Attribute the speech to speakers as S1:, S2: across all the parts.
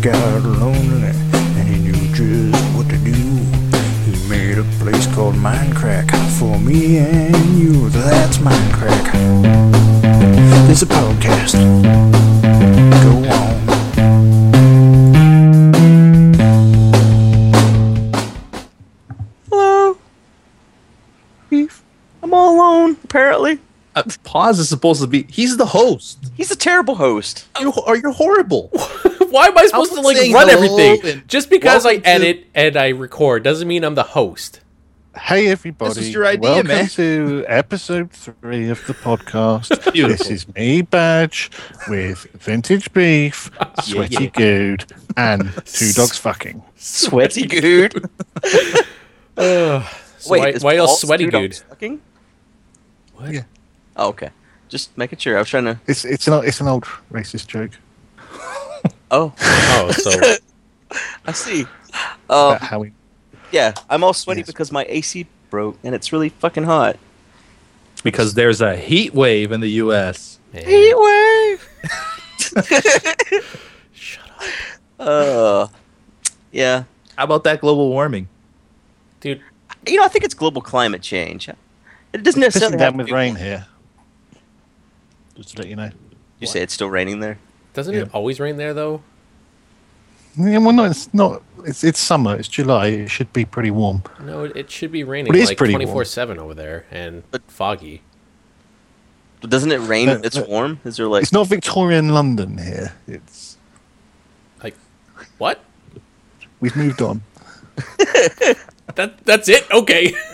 S1: got lonely and he knew just what to do. He made a place called Minecraft for me and you. That's Minecraft. This is a podcast. Go on.
S2: Hello. Beef. I'm all alone, apparently.
S3: Uh, pause is supposed to be. He's the host.
S2: He's a terrible host.
S3: You are you're horrible.
S4: Why am I supposed
S3: I'm
S4: to like
S3: saying
S4: run
S3: hello
S4: everything?
S3: and
S4: Just because I
S3: welcome to-
S4: edit and I record doesn't mean I'm the host.
S5: Hey everybody!
S3: This is your idea,
S5: Welcome
S3: man.
S5: to episode three of the podcast.
S3: Beautiful.
S5: this is me, Badge, with vintage beef, sweaty good, and two dogs fucking.
S2: Sweaty dude.
S4: Ugh. So why,
S2: is
S4: why
S2: Paul
S4: else sweaty
S2: Studon
S4: dude?
S2: sucking?
S4: What?
S5: Yeah.
S2: Oh, okay. Just making sure. I was trying to.
S5: It's it's an it's an old racist joke
S2: Oh,
S4: Oh, so
S2: I see.
S5: about
S2: Um,
S5: how we.
S2: yeah, I'm all sweaty
S5: Yes.
S2: because my AC broke and it's really fucking hot.
S3: because there's a heat wave in the U.S.
S4: man,
S2: wave.
S4: shut up,
S2: Uh, yeah.
S3: How about that global warming?
S4: dude.
S2: You know, I think it's global climate change. It doesn't
S5: It's
S2: necessarily
S5: pissing down
S2: have
S5: with
S2: to do-
S5: rain here. Just to let you know.
S2: You say it's still raining there.
S4: Doesn't
S5: Yeah.
S4: it always rain there though?
S5: Yeah, well, no, it's not. It's it's summer. It's July. It should be pretty warm.
S4: No, it, it should be raining
S5: But it is
S4: like
S5: pretty
S4: twenty
S5: warm.
S4: four seven over there and
S2: But-
S4: foggy.
S2: But doesn't it rain
S5: No,
S2: when it's
S5: no.
S2: warm? Is there like
S5: It's not Victorian London here. It's
S4: Like, what?
S5: we've moved on.
S4: That that's it? Okay.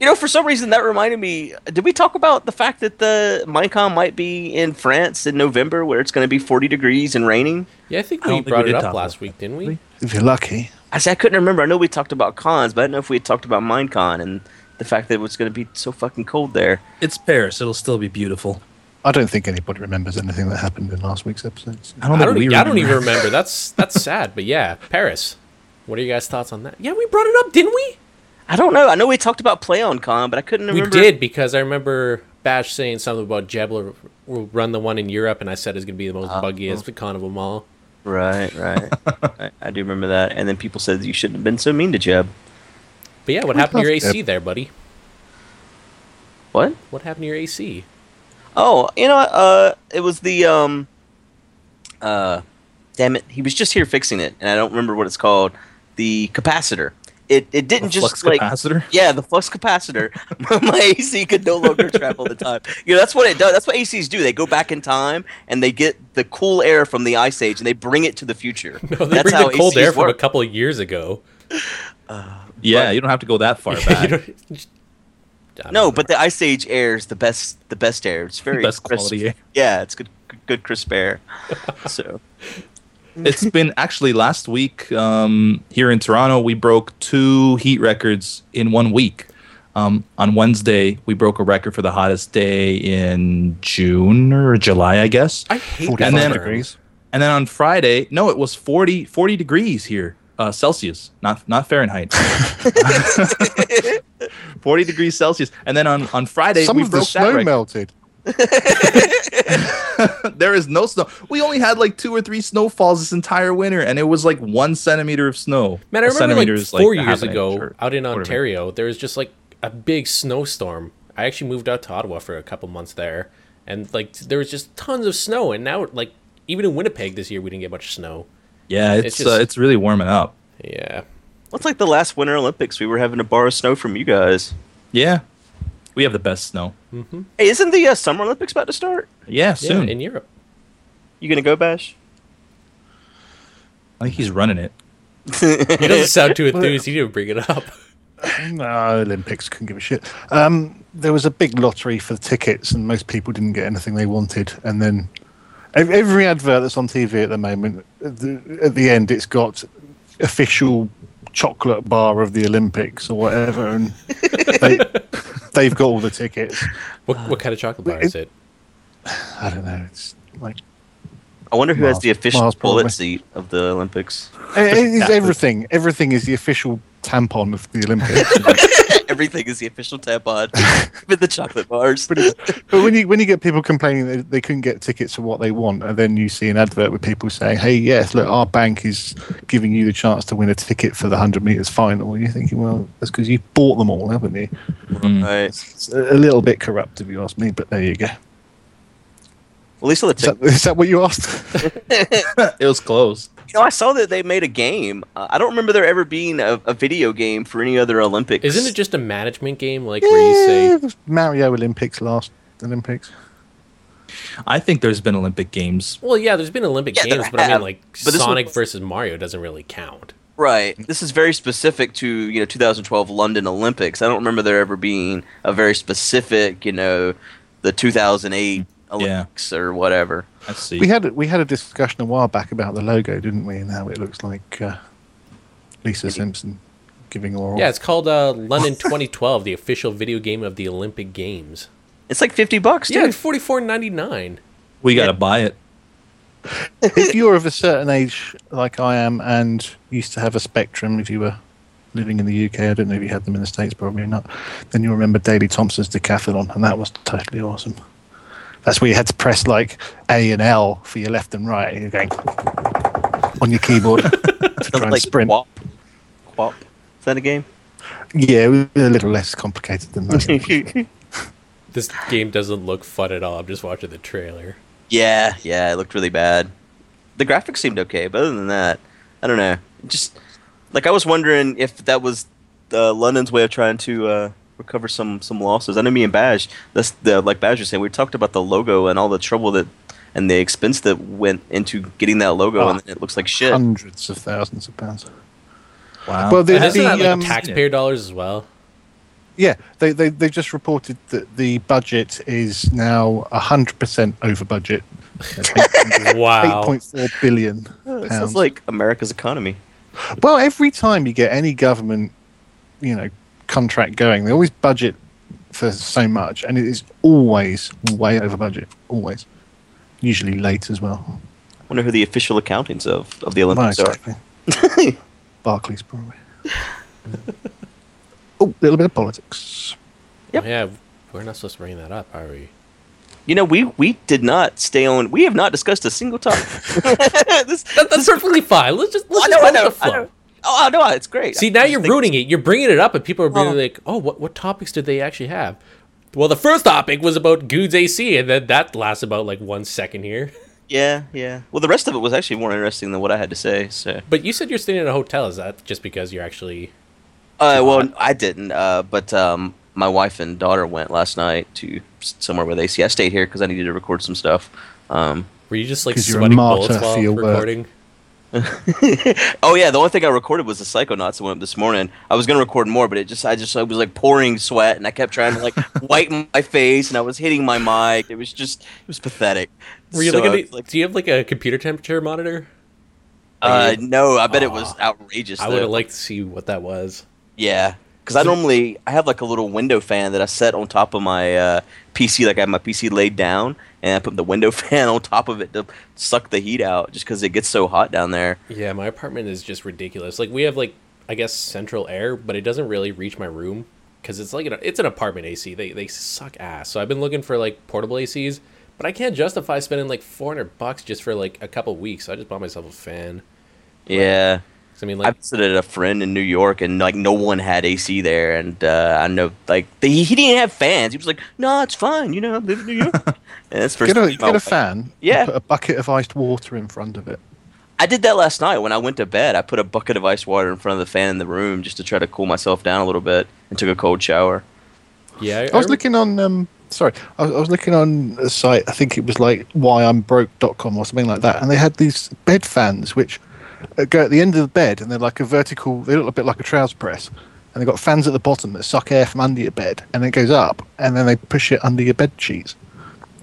S2: You know, for some reason that reminded me. Did we talk about the fact that the Minecon might be in France in November, where it's going to be forty degrees and raining?
S4: yeah, I think
S3: I
S4: we
S3: don't think
S4: brought
S3: we
S4: it
S3: did
S4: up
S3: talk
S4: last
S3: about
S4: week, didn't we?
S5: If you're lucky.
S2: I said I couldn't remember. I know we talked about cons, but I don't know if we had talked about Minecon and the fact that it was going to be so fucking cold there.
S3: It's Paris. It'll still be beautiful.
S5: I don't think anybody remembers anything that happened in last week's episode. so-
S3: don't
S4: I don't. e,
S3: think we
S4: I don't even
S3: remember.
S4: remember. That's that's sad. But yeah, Paris. What are you guys' thoughts on that? Yeah, we brought it up, didn't we?
S2: I don't know. I know we talked about PlayOnCon, but I couldn't
S4: We
S2: remember.
S4: did because I remember Bash saying something about Jebler will run the one in Europe, and I said it's going to be the most buggiest con of them all.
S2: Right, right. I, I do remember that. And then people said you shouldn't have been so mean to Jeb.
S4: But yeah, what happened to your
S5: love
S4: AC there, buddy?
S2: What?
S4: What happened to your AC?
S2: Oh, you know, uh, it was the um, uh, damn it, he was just here fixing it, and I don't remember what it's called. The capacitor. It it didn't just
S3: Flux
S2: like
S3: capacitor.
S2: yeah, the flux capacitor. My AC could no longer travel the time. You know, that's what it does. That's what ACs do. They go back in time and they get the cool air from the ice age and they bring it to the future.
S4: No, they
S2: that's
S4: bring the cold
S2: ACs
S4: air from a
S2: work.
S4: couple of years ago.
S3: Yeah, you don't have to go that far
S4: You
S3: back.
S4: don't- just- I don't
S2: No,
S4: know.
S2: but the ice age air is the best. The best air. It's very
S3: Best
S2: crisp.
S3: quality air.
S2: Yeah, it's good. Good crisp air. so
S3: it's been actually last week um, here in Toronto. We broke two heat records in one week. Um, on Wednesday, we broke a record for the hottest day in June or July, I guess.
S4: I hate that.
S3: And then-
S4: degrees.
S5: degrees.
S3: And then on Friday, no, it was 40, 40 degrees here, uh, Celsius, not not Fahrenheit. 40 degrees Celsius. And then on, on Friday,
S5: Some
S3: we
S5: of
S3: broke
S5: the
S3: that
S5: snow
S3: record.
S5: melted.
S3: there is no snow. We only had like two or three snowfalls this entire winter, and it was like one centimeter of snow.
S4: Man, I
S3: A
S4: remember
S3: centimeter
S4: like
S3: is,
S4: four
S3: a half
S4: years
S3: an
S4: ago
S3: inch or
S4: out in
S3: quarter of an inch.
S4: Ontario, there was just like a big snowstorm. I actually moved out to Ottawa for a couple months there, and like there was just tons of snow. And now, like even in Winnipeg this year, we didn't get much snow.
S3: Yeah, it's
S4: It's just-
S3: uh, it's really warming up.
S4: Yeah,
S2: it's like the last Winter Olympics. We were having to borrow snow from you guys.
S3: Yeah, we have the best snow.
S2: Hey, isn't the uh, Summer Olympics about to start?
S3: Yeah, soon.
S4: yeah, in Europe.
S2: You gonna go, Bash?
S3: I think he's running it.
S4: He doesn't sound too enthused. He didn't bring it up.
S5: No, Olympics couldn't give a shit. Um, there was a big lottery for tickets, and most people didn't get anything they wanted. And then ev- every advert that's on TV at the moment, at the, at the end, it's got official chocolate bar of the Olympics or whatever, and they, they've got all the tickets.
S4: What,
S2: Uh,
S4: what kind of chocolate bar is it?
S5: I don't know. It's like
S2: I wonder who has
S5: Miles-
S2: the official
S5: Miles,
S2: bullet
S5: probably.
S2: seat of the Olympics.
S5: It- it is
S3: Exactly.
S5: eh, everything. Everything is the official tampon of the Olympics.
S2: Everything is the official tampon with the chocolate bars.
S5: but, it's- but when you when you get people complaining that they couldn't get tickets for what they want, and then you see an advert with people saying, "Hey, yes, look, our bank is giving you the chance to win a ticket for the hundred meters final," and you're thinking, "Well, that's because you bought them all, haven't you?"
S2: Right.
S5: It's a a little bit corrupt, if you ask me. But there you go.
S2: Well, at least on the
S5: Is that, is that what you asked?
S3: it was close.
S2: You know, I saw that they made a game. Uh, I don't remember there ever being a, a video game for any other Olympics.
S4: Isn't it just a management game, like where you say
S5: Yeah, Mario Olympics last Olympics.
S3: I think there's been Olympic games.
S4: Well, yeah, there's been Olympic
S2: Yeah, there
S4: games, but I
S2: have,
S4: mean, like
S2: but this one
S4: Sonic
S2: was-
S4: versus Mario doesn't really count.
S2: right? This is very specific to you know 2012 London Olympics. I don't remember there ever being a very specific you know the 2008 Olympics or whatever.
S3: I see.
S5: We had we had a discussion a while back about the logo, didn't we? And how it looks like uh, Lisa Simpson giving oral.
S4: Yeah, it's called uh, London 2012, the official video game of the Olympic Games.
S2: It's like 50 bucks,
S4: Yeah,
S2: dude.
S4: it's 44.99.
S3: we got to buy it.
S5: if you're of a certain age like I am and used to have a spectrum if you were living in the UK, I don't know if you had them in the States, probably not, then you'll remember Daley Thompson's decathlon and that was totally awesome. That's where you had to press like A and L for your left and right. and You're going on your keyboard to try and
S2: like
S5: sprint.
S2: Quap. Quap. Is that a game?
S5: Yeah, it was a little less complicated than that.
S4: This game doesn't look fun at all. I'm just watching the trailer.
S2: yeah, yeah. It looked really bad. The graphics seemed okay, but other than that, I don't know. Just like I was wondering if that was uh, London's way of trying to uh, recover some some losses. I know me and Badge. That's the like Badge was saying. We talked about the logo and all the trouble that and the expense that went into getting that logo,
S5: Oh.
S2: and it looks like shit.
S5: Hundreds of thousands of pounds.
S3: Wow.
S5: Well, the-
S3: I
S5: the-
S4: Isn't
S3: haven't-
S4: that like
S5: um,
S4: taxpayer dollars as well?
S5: Yeah, they, they they've just reported that the budget is now hundred percent over budget. Eight
S4: Wow.
S5: point four billion
S2: It
S5: pounds.
S2: sounds like America's economy.
S5: well, every time you get any government, you know, contract going, they always budget for so much, and it is always way over budget. Always, usually late as well.
S2: I wonder who the official accountants of, of the
S5: Well,
S2: Olympics are.
S5: exactly. Barclays probably. oh, little bit of politics.
S2: Yep.
S4: Yeah, we're not supposed to bring that up, are we?
S2: You know, we we did not stay on. We have not discussed a single topic. this,
S4: That, that's perfectly fine. Let's just
S2: I
S4: let's
S2: know,
S4: just
S2: I
S4: let
S2: know,
S4: the
S2: I
S4: flow.
S2: know. Oh, I know, it's great.
S4: See,
S2: I
S4: now
S2: just
S4: you're
S2: think-
S4: ruining it. You're bringing it up, and people are being
S2: Well-
S4: like, "Oh, what what topics did they actually have?" Well, the first topic was about Goons AC, and then that lasts about like one second here.
S2: Yeah, yeah. Well, the rest of it was actually more interesting than what I had to say. So,
S4: But you said you're staying in a hotel. Is that just because you're actually?
S2: uh, well, I didn't. Uh, but um, my wife and daughter went last night to s- somewhere with AC. I stayed here because I needed to record some stuff. Um,
S4: Were you just like
S5: 'Cause you're a
S4: sweating
S5: martyr
S4: bullets
S5: for
S4: while
S5: your work.
S4: recording?
S2: oh yeah, the only thing I recorded was the Psychonauts that went up this morning. I was gonna record more, but it just I just I was like pouring sweat and I kept trying to like wipe my face and I was hitting my mic. It was just it was pathetic.
S4: Were you
S2: So I
S4: looking at
S2: was
S4: the, Do you have like a computer temperature monitor?
S2: Uh, no, I bet it was outrageous.
S4: I would
S2: though.
S4: have liked to see what that was.
S2: Yeah, because I normally I have like a little window fan that I set on top of my uh, PC. Like I have my PC laid down, and I put the window fan on top of it to suck the heat out, just because it gets so hot down there.
S4: Yeah, my apartment is just ridiculous. Like we have like I guess central air, but it doesn't really reach my room because it's like an, it's an apartment AC. They they suck ass. So I've been looking for like portable ACs, but I can't justify spending like four hundred bucks just for like a couple weeks. So I just bought myself a fan.
S2: Yeah,
S4: 'Cause I mean,
S2: I
S4: like
S2: visited a friend in New York, and like no one had AC there, and uh, I know like the, he didn't have fans. He was like, "No, it's fine. You know, I live in New York." and that's the first
S5: Get
S2: time
S5: a,
S2: my
S5: get a
S2: wife-
S5: fan. and
S2: Yeah.
S5: Put a bucket of iced water in front of it.
S2: I did that last night when I went to bed. I put a bucket of ice water in front of the fan in the room just to try to cool myself down a little bit, and took a cold shower.
S4: yeah,
S5: I was looking on. Um, sorry, I was, I was looking on a site. I think it was like whyim'mbroke.com or something like that, and they had these bed fans which uh, go at the end of the bed, and they're like a vertical. They look a bit like a trouser press, and they've got fans at the bottom that suck air from under your bed, and it goes up, and then they push it under your bed sheets.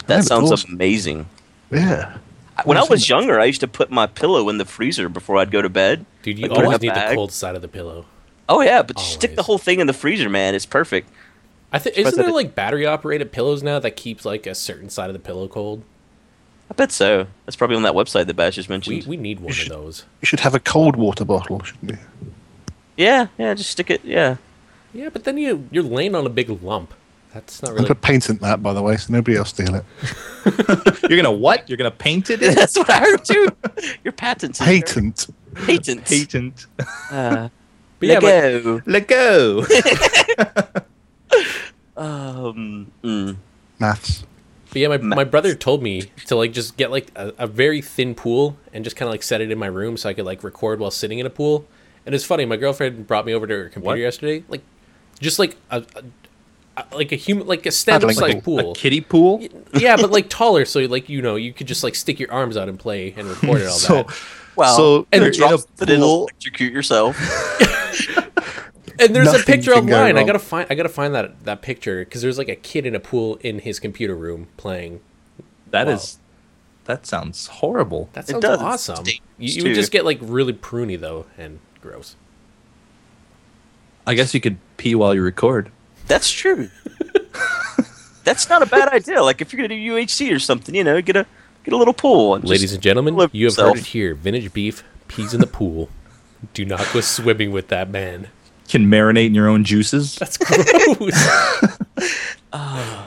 S2: That
S5: it's
S2: sounds
S5: awesome.
S2: amazing.
S5: Yeah.
S2: When I
S5: I've seen
S2: was
S5: it.
S2: younger, I used to put my pillow in the freezer before I'd go to bed.
S4: dude, you
S2: Like, put it in
S4: always
S2: a
S4: need the
S2: bag.
S4: cold side of the pillow.
S2: Oh yeah, but just stick the
S4: Always.
S2: whole thing in the freezer, man. It's perfect.
S4: I think isn't
S2: that
S4: there
S2: it-
S4: like battery operated pillows now that keeps like a certain side of the pillow cold?
S2: I bet so. That's probably on that website that Bash just
S4: We
S2: mentioned.
S4: we need one of those.
S5: You should have a cold water bottle, shouldn't you?
S2: Yeah, yeah, just stick it. Yeah,
S4: Yeah, but then you you're laying on a big lump. That's not
S5: I'm
S4: really.
S5: going to patent that, by the way, so nobody else steal it.
S3: You're gonna what? You're gonna paint it? in?
S2: that's what I heard too. Your patents, is very-
S5: Patent.
S2: patents,
S3: Patent.
S2: Uh,
S4: But yeah, but
S2: Lego.
S3: Let go.
S2: um, mm.
S5: Maths.
S4: But yeah, my,
S2: Max.
S4: my brother told me to like just get like a, a very thin pool and just kind of like set it in my room so I could like record while sitting in a pool. And it's funny, my girlfriend brought me over to her computer
S3: What?
S4: yesterday, like just like a, a, a- like a human like a stand up
S5: Paddling
S4: sized pool.
S3: A kiddie pool.
S4: yeah, but like taller, so like you know you could just like stick your arms out and play and record it all
S5: So,
S4: that.
S2: Wow.
S3: So
S2: and
S3: you're
S2: drop
S3: in a
S2: it in,
S3: pool.
S2: electrocute yourself.
S4: And there's a
S5: Nothing
S4: picture
S5: can go
S4: online. I
S5: wrong.
S4: gotta find I gotta find that that picture because there's like a kid in a pool in his computer room playing.
S3: That is.
S4: Wow.
S3: That sounds horrible.
S4: That
S2: It
S4: sounds
S2: does. It's
S4: awesome. You,
S2: dangerous,
S4: you would
S2: too.
S4: just get like really pruny though and gross.
S3: I guess you could pee while you record.
S2: That's true. That's not a bad idea. Like if you're gonna do UHC or something, you know, get a get a little pool. And just-
S4: Ladies and gentlemen,
S2: live
S4: you have
S2: yourself.
S4: heard it here. Vintage beef, peas in the pool. Do not go swimming with that man.
S3: Can marinate in your own juices.
S4: That's gross.
S2: it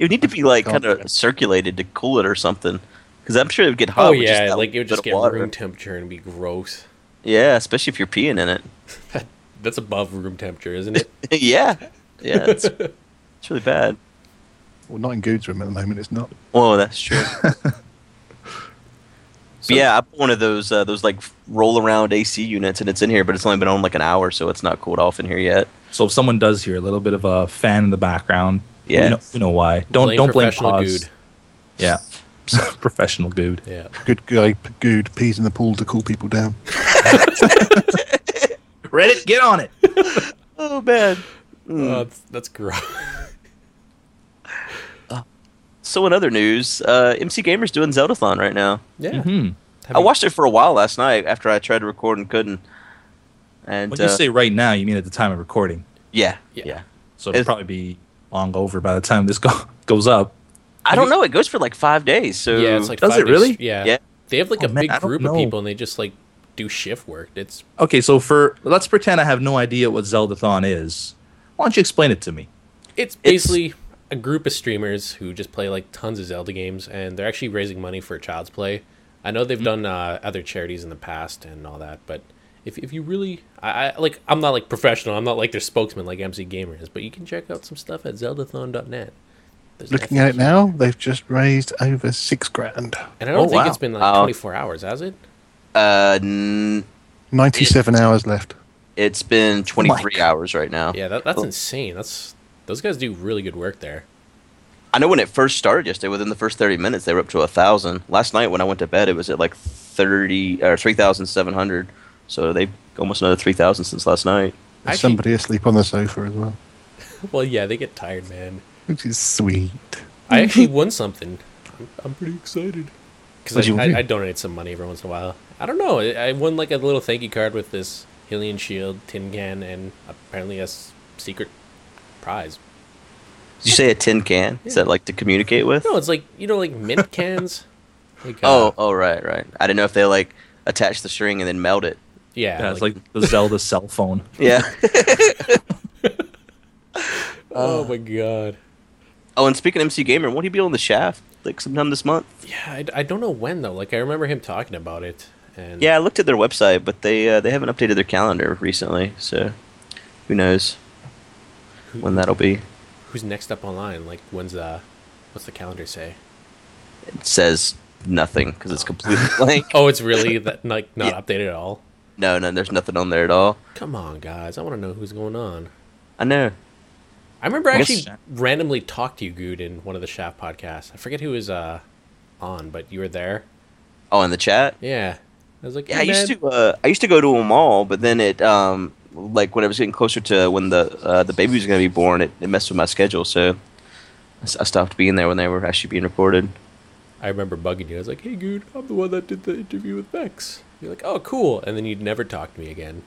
S2: would need to be like
S5: God.
S2: kind of circulated to cool it or something, because I'm sure it would get hot.
S4: oh
S2: with just
S4: yeah,
S2: that
S4: like it would
S2: bit
S4: just
S2: of
S4: get
S2: water.
S4: room temperature and be gross.
S2: Yeah, especially if you're peeing in it.
S4: That's above room temperature, isn't it?
S2: yeah, yeah, it's, it's really bad.
S5: Well, not in Good's room at the moment, it's not.
S2: Oh, that's true.
S4: So-
S2: yeah, I bought one of those uh, those like roll around AC units, and it's in here, but it's only been on like an hour, so it's not cooled off in here yet.
S3: So if someone does hear a little bit of a fan in the background,
S2: Yeah.
S3: we know, we know why. Don't
S4: Blame
S3: don't blame
S4: professional
S3: pause.
S4: good.
S3: Yeah, professional good.
S4: Yeah.
S5: Good guy, p- good, peas in the pool to cool people down.
S3: Reddit, get on it.
S2: Oh man. Mm.
S4: Oh, that's, that's gross.
S2: So in other news, uh, MC Gamer's doing Zeldathon right now.
S4: Yeah.
S3: Hmm.
S4: Have
S2: I
S4: you-
S2: watched it for a while last night after I tried to record and couldn't. And
S3: When you
S2: uh,
S3: say right now, you mean at the time of recording.
S2: yeah,
S4: Yeah.
S2: yeah,
S3: So it'll
S2: It's-
S3: probably be long over by the time this go- goes up.
S2: I don't know. It goes for like five days. So
S4: Yeah, it's like
S3: Does
S4: five
S3: it
S4: days-
S3: really?
S4: Yeah.
S2: Yeah.
S4: They have like
S3: Oh,
S4: a
S3: man,
S4: big
S3: I don't
S4: group of
S3: know.
S4: people and they just like do shift work. It's
S3: Okay, so for let's pretend I have no idea what Zeldathon is. Why don't you explain it to me?
S4: it's
S2: It's-
S4: basically a group of streamers who just play like tons of Zelda games, and they're actually raising money for Child's Play. I know
S3: Hmm.
S4: they've done uh, other charities in the past and all that, but if if you really, I, I like, I'm not like professional. I'm not like their spokesman like MC Gamer is, but you can check out some stuff at zeldathon.net. There's
S5: Looking at it now, they've just raised over six grand.
S4: and I don't
S3: Oh,
S4: think
S3: wow.
S4: it's been like
S2: Wow.
S4: 24 hours, has it?
S2: uh, n-
S5: 97 hours left.
S2: it's been twenty three hours right now.
S4: Yeah, that, that's
S2: Oh.
S4: insane. That's those guys do really good work there.
S2: I know when it first started yesterday. Within the first thirty minutes, they were up to a thousand. Last night when I went to bed, it was at like thirty or three thousand seven hundred. So they have almost another three thousand since last night.
S5: There's
S4: Actually-
S5: somebody asleep on the sofa as well,
S4: Well, yeah, they get tired, man.
S5: which is sweet.
S4: I actually won something. I'm, I'm pretty excited.
S5: What'd
S4: Because
S5: you
S4: I,
S5: win?
S4: I, I donate some money every once in a while. I don't know. I, I won like a little thank you card with this Hillian Shield, Tin Can, and apparently a s- secret prize.
S2: Did you say a tin can? Is
S4: Yeah.
S2: that like to communicate with?
S4: No, it's like, you know, like mint cans? Like, uh,
S2: Oh, oh, right, right. I didn't know if they like attach the string and then melt it.
S4: Yeah.
S3: Yeah, it's like, the Zelda cell phone.
S2: Yeah.
S4: oh my god.
S2: oh, and speaking of MC Gamer, won't he be on the shaft like sometime this month?
S4: Yeah, I, I don't know when, though. Like, I remember him talking about it. And
S2: Yeah, I looked at their website, but they uh, they haven't updated their calendar recently, so who knows
S4: Who-
S2: when that'll be?
S4: Who's next up online? Like, when's the. What's the calendar say?
S2: It says nothing because it's completely blank.
S4: Oh, it's really that, like not
S2: Yeah.
S4: updated at all?
S2: No, no, there's nothing on there at all.
S4: Come on, guys. I want to know who's going on.
S2: I know.
S4: I remember I
S3: Yes.
S4: actually randomly talked to you, Good, in one of the Shaft podcasts. I forget who was uh, on, but you were there.
S2: Oh, in the chat.
S4: Yeah. I was like,
S2: Yeah,
S4: hey,
S2: I used
S4: man.
S2: to. Uh, I used to go to them all, but then it, um, like when it was getting closer to when the uh, the baby was going to be born, it, it messed with my schedule. So I s- I stopped being there when they were actually being recorded.
S4: I remember bugging you. I was like, hey, Good, I'm the one that did the interview with Bex. You're like, oh, cool. And then you'd never talk to me again.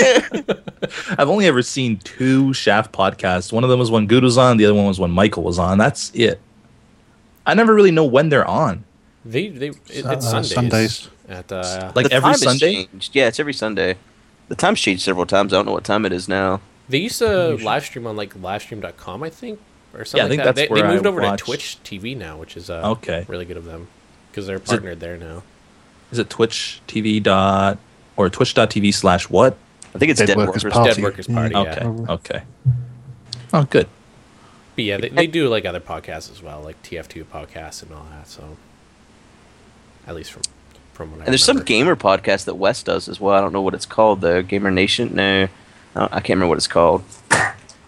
S3: I've only ever seen two Shaft podcasts. One of them was when Good was on, the other one was when Michael was on. That's it. I never really know when they're on.
S4: They, they, it,
S5: Uh,
S4: it's Sundays.
S5: Sundays.
S4: At, uh,
S3: Like
S2: The
S3: every
S2: time has
S3: Sunday?
S2: changed. Yeah, it's every Sunday. The time's changed several times. I don't know what time it is now.
S4: They used to live stream on like livestream.com, I think, or something.
S3: Yeah, I think
S4: like that.
S3: that's
S4: they,
S3: where
S4: they
S3: I
S4: moved over
S3: watched-
S4: to Twitch TV now, which is uh,
S3: Okay.
S4: really good of them because they're partnered there now.
S3: Is it Twitch TV dot or Twitch dot TV slash what?
S2: I think it's Dead,
S5: Dead Workers
S2: Workers.
S5: Party.
S4: Dead Workers Party. Yeah.
S3: Okay.
S2: Mm-hmm.
S3: Okay. Oh, good.
S4: But yeah, they, they do like other podcasts as well, like TF2 podcasts and all that. So, at least from from what I
S2: And there's some
S4: remember.
S2: gamer podcast that Wes does as well. I don't know what it's called though. Gamer Nation? No, I, don't- I can't remember what it's called.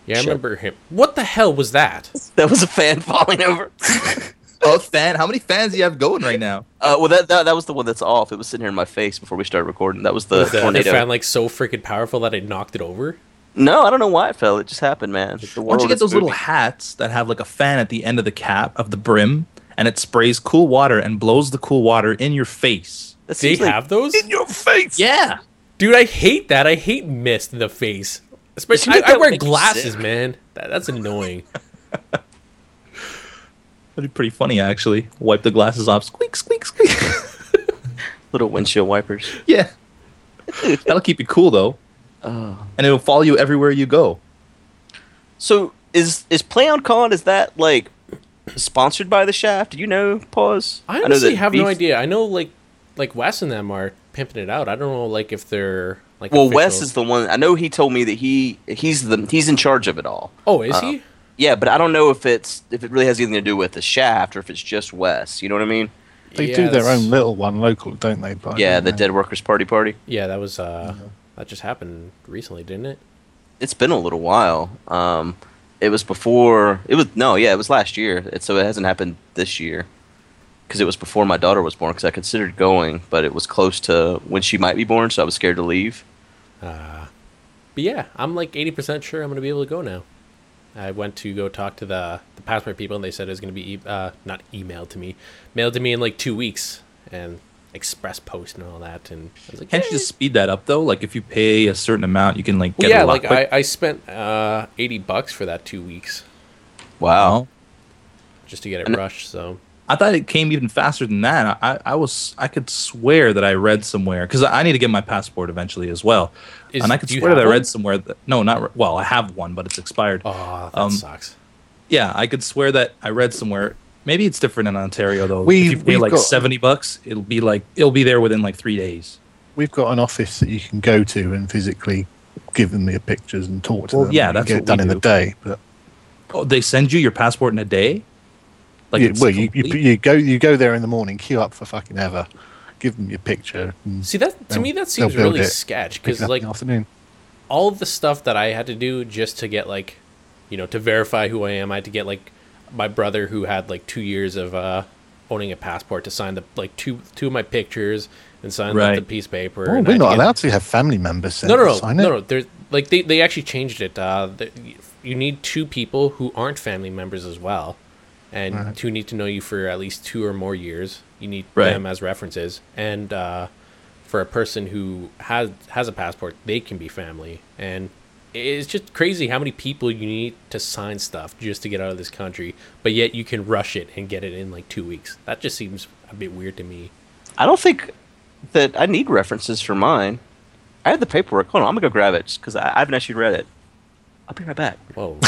S4: Yeah, I remember him. What the hell was that?
S2: That was a fan falling over.
S3: Oh, fan, how many fans do you have going right now?
S2: Uh, well, that, that that was the one that's off. It was sitting here in my face before we started recording. That was the
S4: Was the, the
S2: tornado.
S4: fan like so freaking powerful that it knocked it over?
S2: no, I don't know why it fell. It just happened, man. The
S3: Why don't
S2: world
S3: you get
S2: is
S3: those little
S2: moving.
S3: hats that have like a fan at the end of the cap of the brim, and it sprays cool water and blows the cool water in your face?
S2: That
S4: Do
S2: seems
S4: you
S2: like-
S4: have those?
S5: your face.
S3: Yeah.
S4: Dude, I hate that. I hate mist in the face.
S2: You
S4: Especially,
S2: think
S4: I, I
S2: that
S4: wear
S2: would make you
S4: glasses,
S2: sick?
S4: man. That, that's annoying.
S3: That'd be pretty funny, actually. Wipe the glasses off. Squeak, squeak, squeak.
S2: little windshield wipers.
S3: yeah. That'll keep you cool, though.
S4: Oh.
S3: And it'll follow you everywhere you go.
S2: So is is PlayOnCon? Is that like sponsored by the Shaft? Do you know? Pause.
S4: I
S2: know
S4: honestly
S2: that
S4: have
S2: Beef-
S4: no idea. I know like like Wes and them are pimping it out. I don't know like if they're like
S2: Well, Wes
S4: official-
S2: is the one. I know he told me that he he's the he's in charge of it all.
S4: Oh, is
S2: uh,
S4: he?
S2: Yeah, but I don't know if it's if it really has anything to do with the Shaft or if it's just Wes. You know what I mean?
S5: They
S4: Yeah,
S5: do their
S4: that's-
S5: own little one local, don't they? But I
S2: yeah,
S5: don't
S2: the
S5: know.
S2: Dead Workers Party Party.
S4: Yeah, that was uh that just happened recently, didn't it?
S2: It's been a little while. Um, it was before. It was no, yeah, it was last year. It, so it hasn't happened this year because it was before my daughter was born. Because I considered going, but it was close to when she might be born, so I was scared to leave.
S4: But yeah, I'm like 80% sure I'm going to be able to go now. I went to go talk to the the passport people and they said it was going to be e- uh not emailed to me. Mailed to me in like 2 weeks and express post and all that and I was like,
S3: Can't you just speed that up, though? Like, if you pay a certain amount, you can, like,
S4: Well,
S3: get
S4: yeah,
S3: it a lot
S4: like
S3: quick-
S4: I, I spent uh 80 bucks for that 2 weeks
S2: Wow.
S4: just to get it
S2: And-
S4: rushed, so
S3: I thought it came even faster than that. I, I was I could swear that I read somewhere because I need to get my passport eventually as well,
S4: Is-
S3: and I could
S4: do you
S3: swear that
S4: have
S3: I
S4: one?
S3: read somewhere. That, no, not re- well. I have one, but it's expired.
S4: Oh, that
S3: Um,
S4: sucks.
S3: Yeah, I could swear that I read somewhere. Maybe it's different in Ontario though.
S5: We-
S3: if you pay
S5: we've
S3: like
S5: got-
S3: seventy bucks, it'll be like it'll be there within like three days.
S5: We've got an office that you can go to and physically give them the pictures and talk to
S3: Well,
S5: them.
S3: yeah,
S5: and
S3: that's
S5: get
S3: what
S5: it done
S3: we
S5: in
S3: do.
S5: the day. But
S3: Oh, they send you your passport in a day. Like
S5: yeah,
S3: it's
S5: well, you, you
S3: complete?
S5: you go you go there in the morning, queue up for fucking ever, give them your picture. And
S4: See that to
S5: they'll-
S4: me that
S5: they'll
S4: seems
S5: build
S4: really
S5: it,
S4: sketch
S5: pick it
S4: because
S5: up in
S4: like
S5: the afternoon.
S4: all of the stuff that I had to do just to get like, you know, to verify who I am, I had to get like my brother who had like two years of uh, owning a passport to sign the like two two of my pictures and sign like, the
S3: Right.
S4: piece of paper.
S5: Well,
S4: and I
S5: we're
S4: had to
S5: not
S4: get-
S5: allowed to have family members send-
S4: No, no, no,
S5: sign
S4: no,
S5: it.
S4: no. There's like they they actually changed it. Uh, the, you need two people who aren't family members as well, and who need to know you for at least two or more years. You need
S3: Right.
S4: them as references, and uh, for a person who has has a passport, they can be family. And it's just crazy how many people you need to sign stuff just to get out of this country, but yet you can rush it and get it in like two weeks. That just seems a bit weird to me.
S2: I don't think that I need references for mine. I have the paperwork. Hold on, I'm gonna go grab it because I, I haven't actually read it. I'll be right back.
S4: Whoa.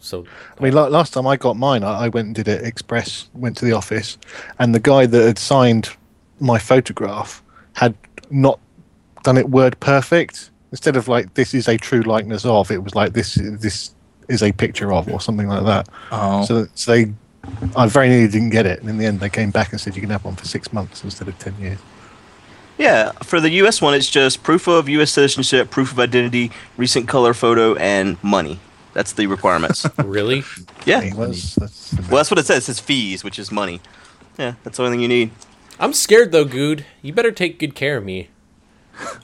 S4: so uh,
S5: I mean, la- last time I got mine, I, I went and did it express. Went to the office, and the guy that had signed my photograph had not done it word perfect. Instead of like this is a true likeness of, it was like this this is a picture of, or something like that.
S3: Oh.
S5: So, so they, I very nearly didn't get it, and in the end, they came back and said you can have one for six months instead of ten years.
S2: Yeah, for the U.S. one, it's just proof of U.S. citizenship, proof of identity, recent color photo, and money. That's the requirements.
S4: really,
S5: I
S2: yeah.
S5: mean, that's, that's
S2: Well, that's what it says. It says fees, which is money. Yeah, that's the only thing you need.
S4: I'm scared though, Good. You better take good care of me.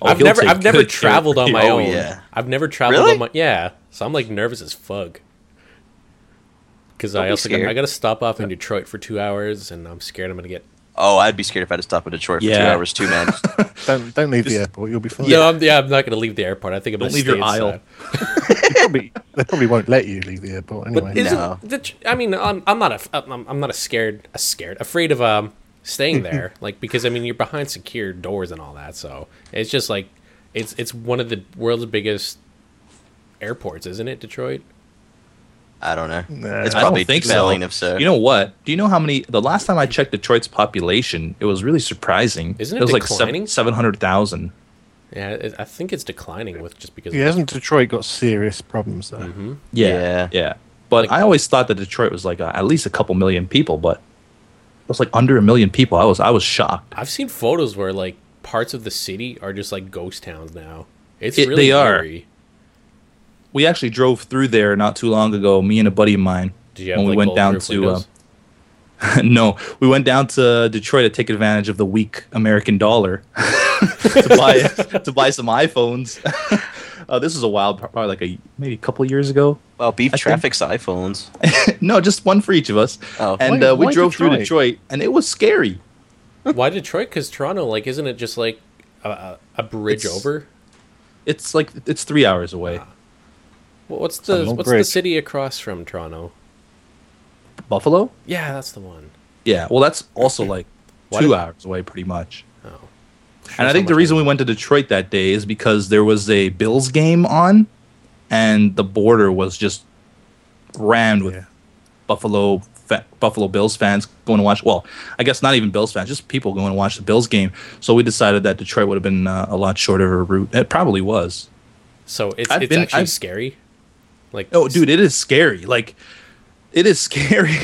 S3: Oh,
S4: I've
S3: he'll
S4: never
S3: take
S4: I've never
S3: good care of
S4: traveled on
S3: you.
S4: my
S2: Oh,
S4: own.
S2: yeah.
S4: I've never traveled
S2: Really?
S4: on my yeah. So I'm like nervous as fuck. Because I
S2: be
S4: also got,
S2: scared.
S4: I got to stop off in Detroit for two hours, and I'm scared I'm gonna get.
S2: Oh, I'd be scared if I had to stop in Detroit for two
S3: Yeah.
S2: hours too, man.
S5: don't don't leave the airport. You'll be fine.
S4: No, I'm, yeah, I'm not gonna leave the airport. I think I'm
S3: Don't
S4: gonna
S3: leave
S4: stay
S3: your aisle.
S4: inside.
S5: They probably, they probably won't let you leave the airport anyway.
S4: But isn't
S2: No.
S4: the tr- I mean, I'm, I'm not a, I'm, I'm not a scared, a scared, afraid of um staying there, like because I mean you're behind secure doors and all that, so it's just like It's it's one of the world's biggest airports, isn't it? Detroit.
S2: I don't know.
S5: Nah.
S2: it's
S5: I
S3: I
S2: probably
S3: don't think
S2: Belling,
S3: so.
S2: if so.
S3: You know what? Do you know how many? The last time I checked Detroit's population, it was really surprising.
S4: Isn't it
S3: was
S4: declining?
S3: like seven hundred thousand.
S4: Yeah, it, I think it's declining with just because.
S5: Yeah, hasn't Detroit got serious problems though?
S2: Yeah.
S3: Yeah, yeah. But I always thought that Detroit was like uh, at least a couple million people, but it was like under a million people. I was I was shocked.
S4: I've seen photos where like parts of the city are just like ghost towns now. It's
S3: It-
S4: really
S3: they are.
S4: eerie.
S3: We actually drove through there not too long ago. Me and a buddy of mine.
S4: Did you have
S3: when
S4: like
S3: we went down
S4: bulletproof
S3: to uh,
S4: windows?
S3: no, we went down to Detroit to take advantage of the weak American dollar to buy to buy some iPhones. uh, this was a while, probably like a maybe a couple years ago.
S2: well, beef
S3: I think-
S2: traffic's iPhones.
S3: no, just one for each of us.
S2: Oh.
S3: and
S5: Why-
S3: uh, we
S5: why
S3: drove through
S5: Detroit?
S3: Detroit, and it was scary. um,
S4: Why Detroit? Because Toronto, like, isn't it just like a, a, a bridge
S3: It's-
S4: over?
S3: It's like it's three hours away.
S4: Well, what's
S5: a
S4: the
S5: long
S4: what's the
S5: bridge.
S4: city across from Toronto?
S3: Buffalo.
S4: Yeah, that's the one.
S3: Yeah, well, that's also like
S4: Why
S3: two
S4: did-
S3: hours away, pretty much.
S4: Oh,
S3: and I
S4: so
S3: think the
S4: much
S3: reason
S4: more.
S3: we went to Detroit that day is because there was a Bills game on, and the border was just rammed with
S5: Yeah.
S3: Buffalo fa- Buffalo Bills fans going to watch. Well, I guess not even Bills fans, just people going to watch the Bills game. So we decided that Detroit would have been uh, a lot shorter of a route. It probably was.
S4: so it's
S3: I've
S4: it's
S3: been-
S4: actually
S3: I've-
S4: scary. Like,
S3: Oh, dude, it is scary. Like, it is scary.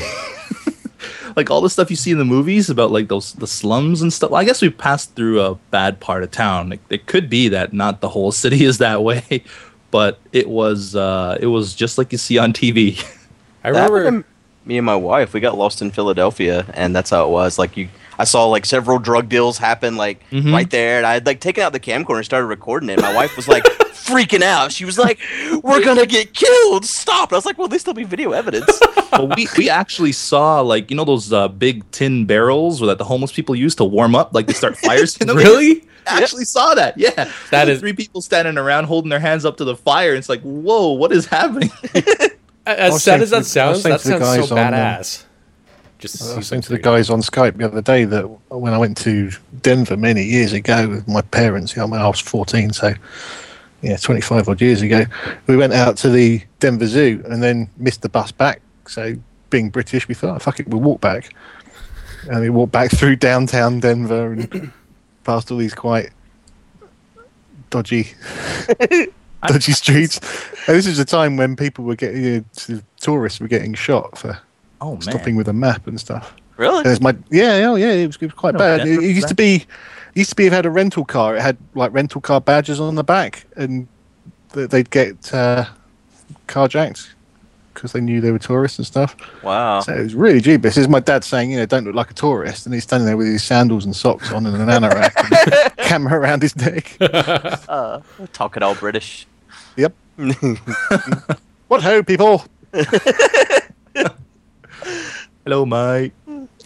S3: like all the stuff you see in the movies about like those the slums and stuff. Well, I guess we passed through a bad part of town. Like, it could be that not the whole city is that way, but it was. Uh, it was just like you see on TV.
S4: I
S2: That
S4: remember.
S2: happened to me and my wife we got lost in philadelphia and that's how it was like you i saw like several drug deals happen like
S3: Mhm.
S2: right there and i had like taken out the camcorder and started recording it my wife was like freaking out she was like we're gonna get killed stop and i was like well they still be video evidence
S3: but we, we actually saw like you know those uh, big tin barrels that the homeless people use to warm up, like they start fires in them.
S4: Really?
S3: I actually saw that. Yeah,
S4: That
S3: That is
S4: is-
S3: three people standing around holding their hands up to the fire. and It's like, whoa, what is happening?
S5: I
S4: As
S5: was
S4: sad
S5: saying
S4: as
S5: to
S4: that
S5: the- I was
S4: sounds,
S5: saying
S4: that
S5: to the
S4: sounds
S5: guys
S4: so
S5: on, uh,
S4: badass. Just
S5: I was
S4: seems
S5: saying
S4: like
S5: to the
S4: they're-
S5: guys on Skype the other day that when I went to Denver many years ago with my parents, you know, when I was 14, so yeah, 25 odd years ago, we went out to the Denver Zoo and then missed the bus back. So being British, we thought, oh, fuck it, we'll walk back. And we walked back through downtown Denver and past all these quite dodgy dodgy streets. And this is the time when people were getting, uh, sort of tourists were getting shot for
S3: Oh man,
S5: stopping with a map and stuff.
S2: really
S5: And it's my yeah, oh yeah, it was, it was quite
S3: No,
S5: bad. It,
S3: Denver
S5: it
S3: was
S5: used to
S3: bad.
S5: be, it used to be, it had a rental car. It had like rental car badges on the back, and th- they'd get uh, carjacked because they knew they were tourists and stuff.
S2: wow
S5: So it was really dubious. This is my dad saying, you know, don't look like a tourist, and he's standing there with his sandals and socks on and an anorak, and a camera around his neck.
S2: uh, talking all british
S5: Yep. what ho, people!
S3: Hello, Mike.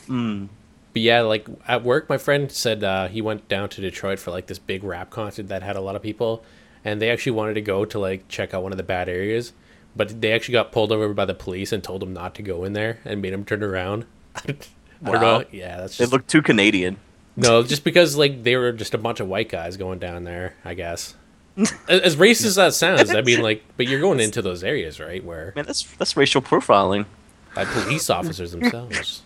S2: mm.
S4: But yeah, like at work, my friend said uh, he went down to Detroit for like this big rap concert that had a lot of people, and they actually wanted to go to like check out one of the bad areas, but they actually got pulled over by the police and told them not to go in there and made them turn around. I don't
S2: Wow.
S4: know. Yeah, that's
S2: they
S4: just
S2: look too canadian
S4: no, just because like they were just a bunch of white guys going down there. I guess as, as racist as that sounds, I mean, like, but you're going into those areas, right, where
S2: man that's that's racial profiling
S4: by police officers themselves.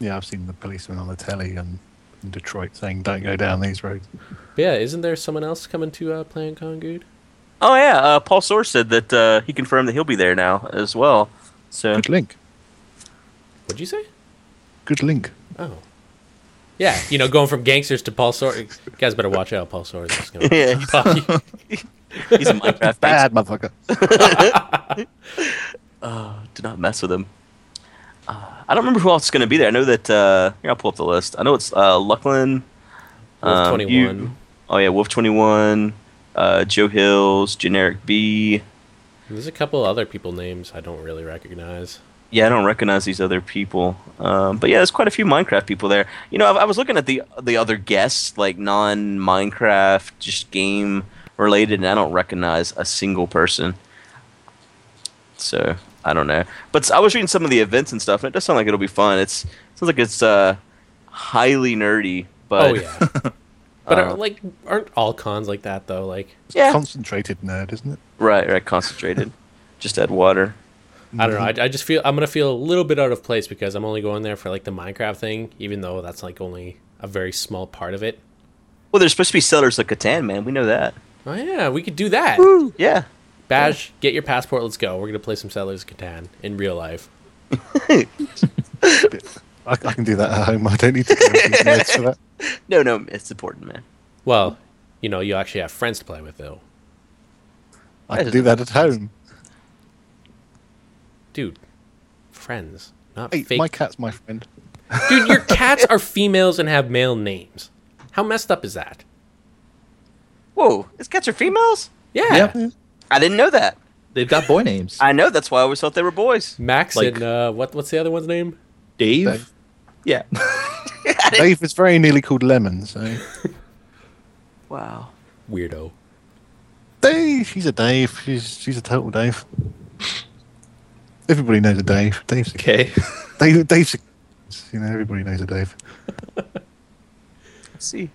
S5: Yeah, I've seen the policeman on the telly and in Detroit saying, "Don't go down these roads."
S4: But yeah, isn't there someone else coming to uh, Plan Congood?
S2: oh yeah uh, paul soar said that uh, he confirmed that he'll be there now as well so
S5: Good link.
S4: What'd you say?
S5: Good link.
S4: Oh. Yeah, you know, going from gangsters to Paul Sor. You guys better watch out. Paul Sor is just going
S2: Yeah.
S4: to pop you.
S2: he's a minecraft bad
S5: Bad motherfucker.
S2: do not mess with him. Uh, I don't remember who else is going to be there. I know that. Uh, here, I'll pull up the list. I know it's uh, Luckland.
S4: Wolf
S2: um,
S4: 21.
S2: you- oh yeah, Wolf Twenty One, uh, Joe Hills, Generic B.
S4: There's a couple other people names I don't really recognize.
S2: Yeah, I don't recognize these other people. Um, but yeah, there's quite a few Minecraft people there. You know, I, I was looking at the the other guests, like non Minecraft, just game related, and I don't recognize a single person. So I don't know. But s- I was reading some of the events and stuff, and it does sound like it'll be fun. It's sounds like it's uh, highly nerdy, but
S4: oh yeah. But are,
S2: Uh,
S4: like, aren't all cons like that though? Like,
S5: It's
S2: Yeah.
S5: concentrated nerd, isn't it?
S2: Right, right. Concentrated. Just add water.
S4: I don't know.
S5: Mm-hmm.
S4: I, I just feel I'm gonna feel a little bit out of place because I'm only going there for like the Minecraft thing, even though that's like only a very small part of it.
S2: Well, there's supposed to be sellers like Catan, man. We know that.
S4: Oh yeah, we could do that.
S2: Yeah.
S4: Badge, get your passport. Let's go. We're gonna play some Settlers of Catan in real life.
S5: I, I can do that at home. I don't need to go to the nerds for that.
S2: No, no, it's important, man.
S4: Well, you know, you actually have friends to play with though,
S5: I can do that at home.
S4: dude. Friends, not
S5: Hey,
S4: fake.
S5: my cat's my friend.
S4: Dude, your cats are females and have male names. How messed up is that?
S2: Whoa, these cats are females?
S4: Yeah.
S3: Yep.
S2: I didn't know that.
S3: They've got boy names.
S2: I know. That's why I always thought they were boys.
S4: Max
S3: Like-
S4: and uh, what? What's the other one's name?
S3: Dave. Yeah.
S5: Dave is very nearly called Lemon, so
S2: Wow.
S4: Weirdo.
S5: Dave. She's a Dave. She's she's a total Dave. Everybody knows a Dave. Dave's a
S3: Okay.
S5: Dave, Dave's a, you know everybody knows a Dave.
S2: Let's see.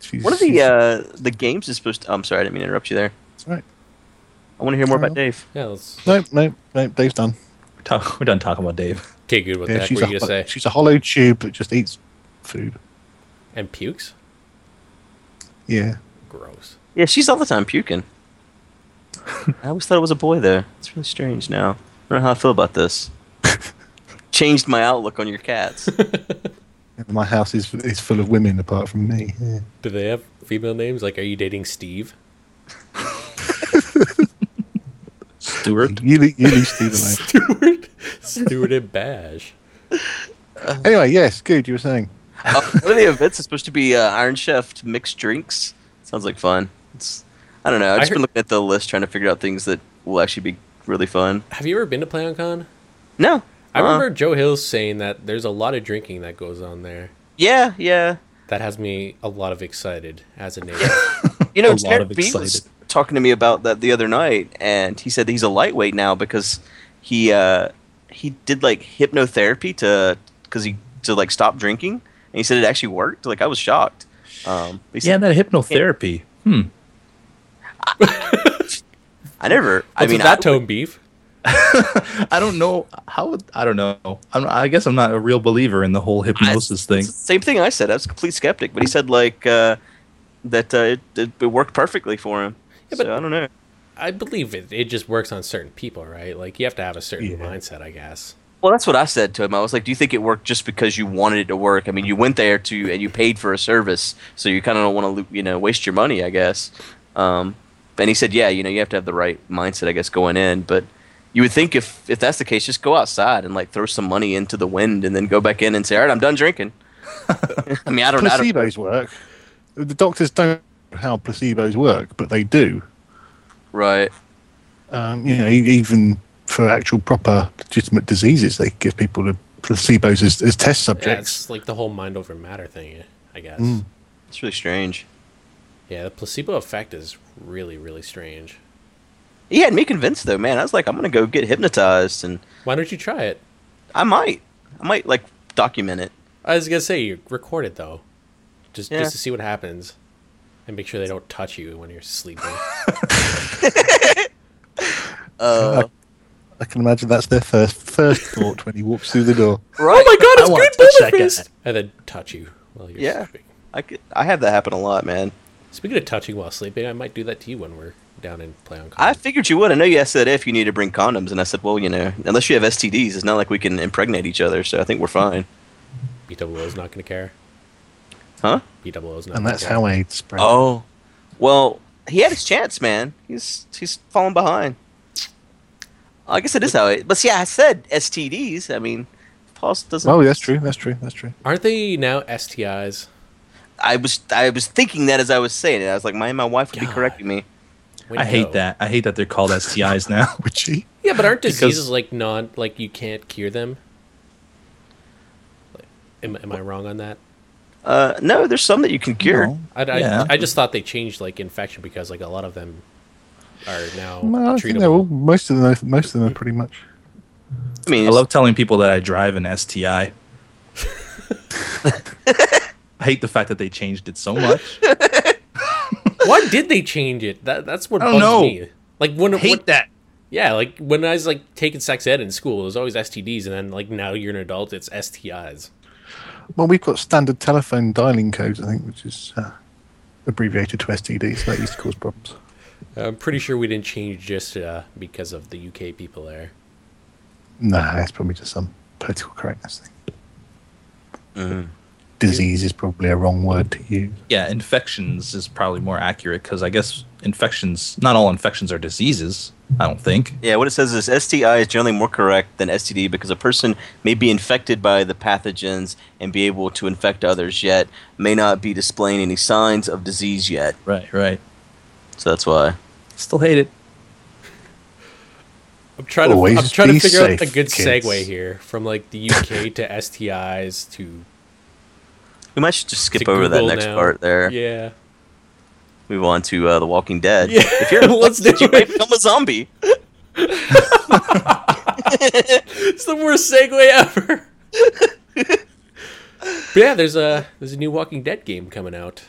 S5: She's,
S2: One of the uh, the games is supposed to. I'm sorry, I didn't mean to interrupt you there.
S5: she's- right.
S2: I want to hear more about
S5: Oh.
S2: Dave.
S4: Yeah. Let's
S5: No, no, no. Dave's done.
S3: Talk, we're done talking about Dave.
S4: okay. Good. What
S5: Yeah,
S4: the heck
S5: she's
S4: were
S5: a
S4: you
S5: hollow-
S4: gonna say?
S5: she's a hollow tube that just eats food.
S4: And pukes.
S5: Yeah.
S4: Gross.
S2: Yeah, she's all the time puking. I always thought it was a boy, though. It's really strange now. I don't know how I feel about this. Changed my outlook on your cats.
S5: And My house is is full of women apart from me. Yeah.
S4: Do they have female names? Like, are you dating Steve?
S3: Stuart.
S5: You, leave- you leave Steve alone.
S4: Stewart. Stewart and Bash.
S5: anyway, yes, good. You were saying.
S2: Uh, one of the events is supposed to be uh, Iron Chef mixed drinks. Sounds like fun. It's, I don't know. I've
S4: I
S2: just been
S4: heard-
S2: looking at the list trying to figure out things that will actually be really fun.
S4: Have you ever been to PlayOnCon?
S2: No.
S4: I
S2: Uh-uh.
S4: remember Joe Hill saying that there's a lot of drinking that goes on there.
S2: Yeah, yeah.
S4: That has me a lot of excited as a neighbor.
S2: You know,
S3: A lot
S2: Jared
S3: of
S2: B was
S3: excited.
S2: talking to me about that the other night, and he said that he's a lightweight now because he uh, he did like hypnotherapy to because he to like stop drinking, and he said it actually worked. Like I was shocked. Um, he said,
S3: Yeah, that hypnotherapy. Hmm.
S2: I never. I
S4: What's
S2: mean,
S4: with that
S2: I-
S4: tone beef.
S3: I don't know how. would- I don't know. I'm, I guess I'm not a real believer in the whole hypnosis thing.
S2: Same thing I said. I was a complete skeptic, but he said like uh, that uh, it, it, it worked perfectly for him.
S4: Yeah, but-
S2: so I don't know.
S4: I believe it. It just works on certain people, right? Like you have to have a certain
S5: Yeah.
S4: mindset, I guess.
S2: Well, that's what I said to him. I was like, "Do you think it worked just because you wanted it to work? I mean, you went there to and you paid for a service, so you kind of don't want to, you know, waste your money, I guess." Um, and he said, "Yeah, you know, you have to have the right mindset, I guess, going in. But you would think if if that's the case, just go outside and like throw some money into the wind, and then go back in and say, "All right, I'm done drinking." I mean, I don't, I don't
S5: Placebos work. The doctors don't know how placebos work, but they do.
S2: right.
S5: Um, you know, e- even for actual proper legitimate diseases, they give people the placebos as, as test
S4: Yeah,
S5: subjects.
S4: it's like the whole mind over matter thing, I guess.
S2: Mm. It's really strange.
S4: Yeah, the placebo effect is really, really strange.
S2: He had me convinced though, man. I was like, I'm gonna go get hypnotized, and
S4: Why don't you try it?
S2: I might, I might like document it.
S4: I was gonna say you record it though, just
S2: Yeah.
S4: just to see what happens, and make sure they don't touch you when you're sleeping. Oh
S2: Uh,
S5: I can imagine that's their first first thought when he walks through the door.
S2: right? Oh my god,
S3: I want to check it.
S4: and then touch you while you're
S2: Yeah.
S4: sleeping.
S2: I, could, I have that happen a lot, man.
S4: Speaking of touching while sleeping, I might do that to you when we're down in play on.
S2: I figured you would. I know you said if you need to bring condoms, and I said, well, you know, unless you have STDs, it's not like we can impregnate each other, so I think we're fine,
S4: B double O is not gonna care.
S2: huh?
S4: B double O is not.
S5: And
S4: gonna
S5: that's
S4: care.
S5: how AIDS spread.
S2: Oh, well, he had his chance, man. He's he's falling behind. I guess it is how it. But see, I said STDs. I mean, Paul doesn't.
S5: Oh, that's true. That's true. That's true.
S4: Aren't they now STIs?
S2: I was I was thinking that as I was saying it. I was like, my my wife would be
S4: God.
S2: correcting me.
S4: Way
S3: I
S4: to go.
S3: hate that. I hate that they're called STIs now.
S5: Would she?
S4: Yeah, but aren't
S3: Because-
S4: diseases like non like you can't cure them? Like, am, am I wrong on that?
S2: Uh, no, there's some that you can cure.
S5: No.
S4: I, I,
S3: Yeah.
S4: I just thought they changed like infection because like a lot of them are now
S5: Well, I think they're all,
S4: treatable.
S5: most of them. are- Most of them are pretty much.
S2: I mean,
S3: I love telling people that I drive an STI. I hate the fact that they changed it so much.
S4: Why did they change it? That that's what
S3: I don't
S4: bugs
S3: know.
S4: me. Like when
S3: hate
S4: when-
S3: that.
S4: Yeah, like when I was like taking sex ed in school, it was always STDs, and then like now you're an adult, it's STIs.
S5: Well, we've got standard telephone dialing codes, I think, which is uh, abbreviated to STD, so that used to cause problems.
S4: I'm pretty sure we didn't change just uh, because of the UK people there.
S5: Nah, it's probably just some political correctness thing.
S2: Mm.
S5: Disease is probably a wrong word to use.
S3: Yeah, infections is probably more accurate because I guess infections, not all infections are diseases, I don't think.
S2: Yeah, what it says is STI is generally more correct than STD because a person may be infected by the pathogens and be able to infect others, yet may not be displaying any signs of disease yet.
S3: Right, right.
S2: So that's why.
S3: Still hate it.
S4: I'm trying to
S5: Always
S4: I'm trying to
S5: be
S4: figure
S5: safe,
S4: out a good
S5: kids.
S4: segue here from like the UK to STIs to,
S2: We might should just skip
S4: to
S2: over
S4: Google
S2: that next
S4: now.
S2: part there.
S4: Yeah,
S2: Move on to uh, The Walking Dead.
S4: yeah.
S2: If you're
S4: let's do
S2: you may
S4: it.
S2: become a zombie.
S4: It's the worst segue ever. but yeah, there's a there's a new Walking Dead game coming out.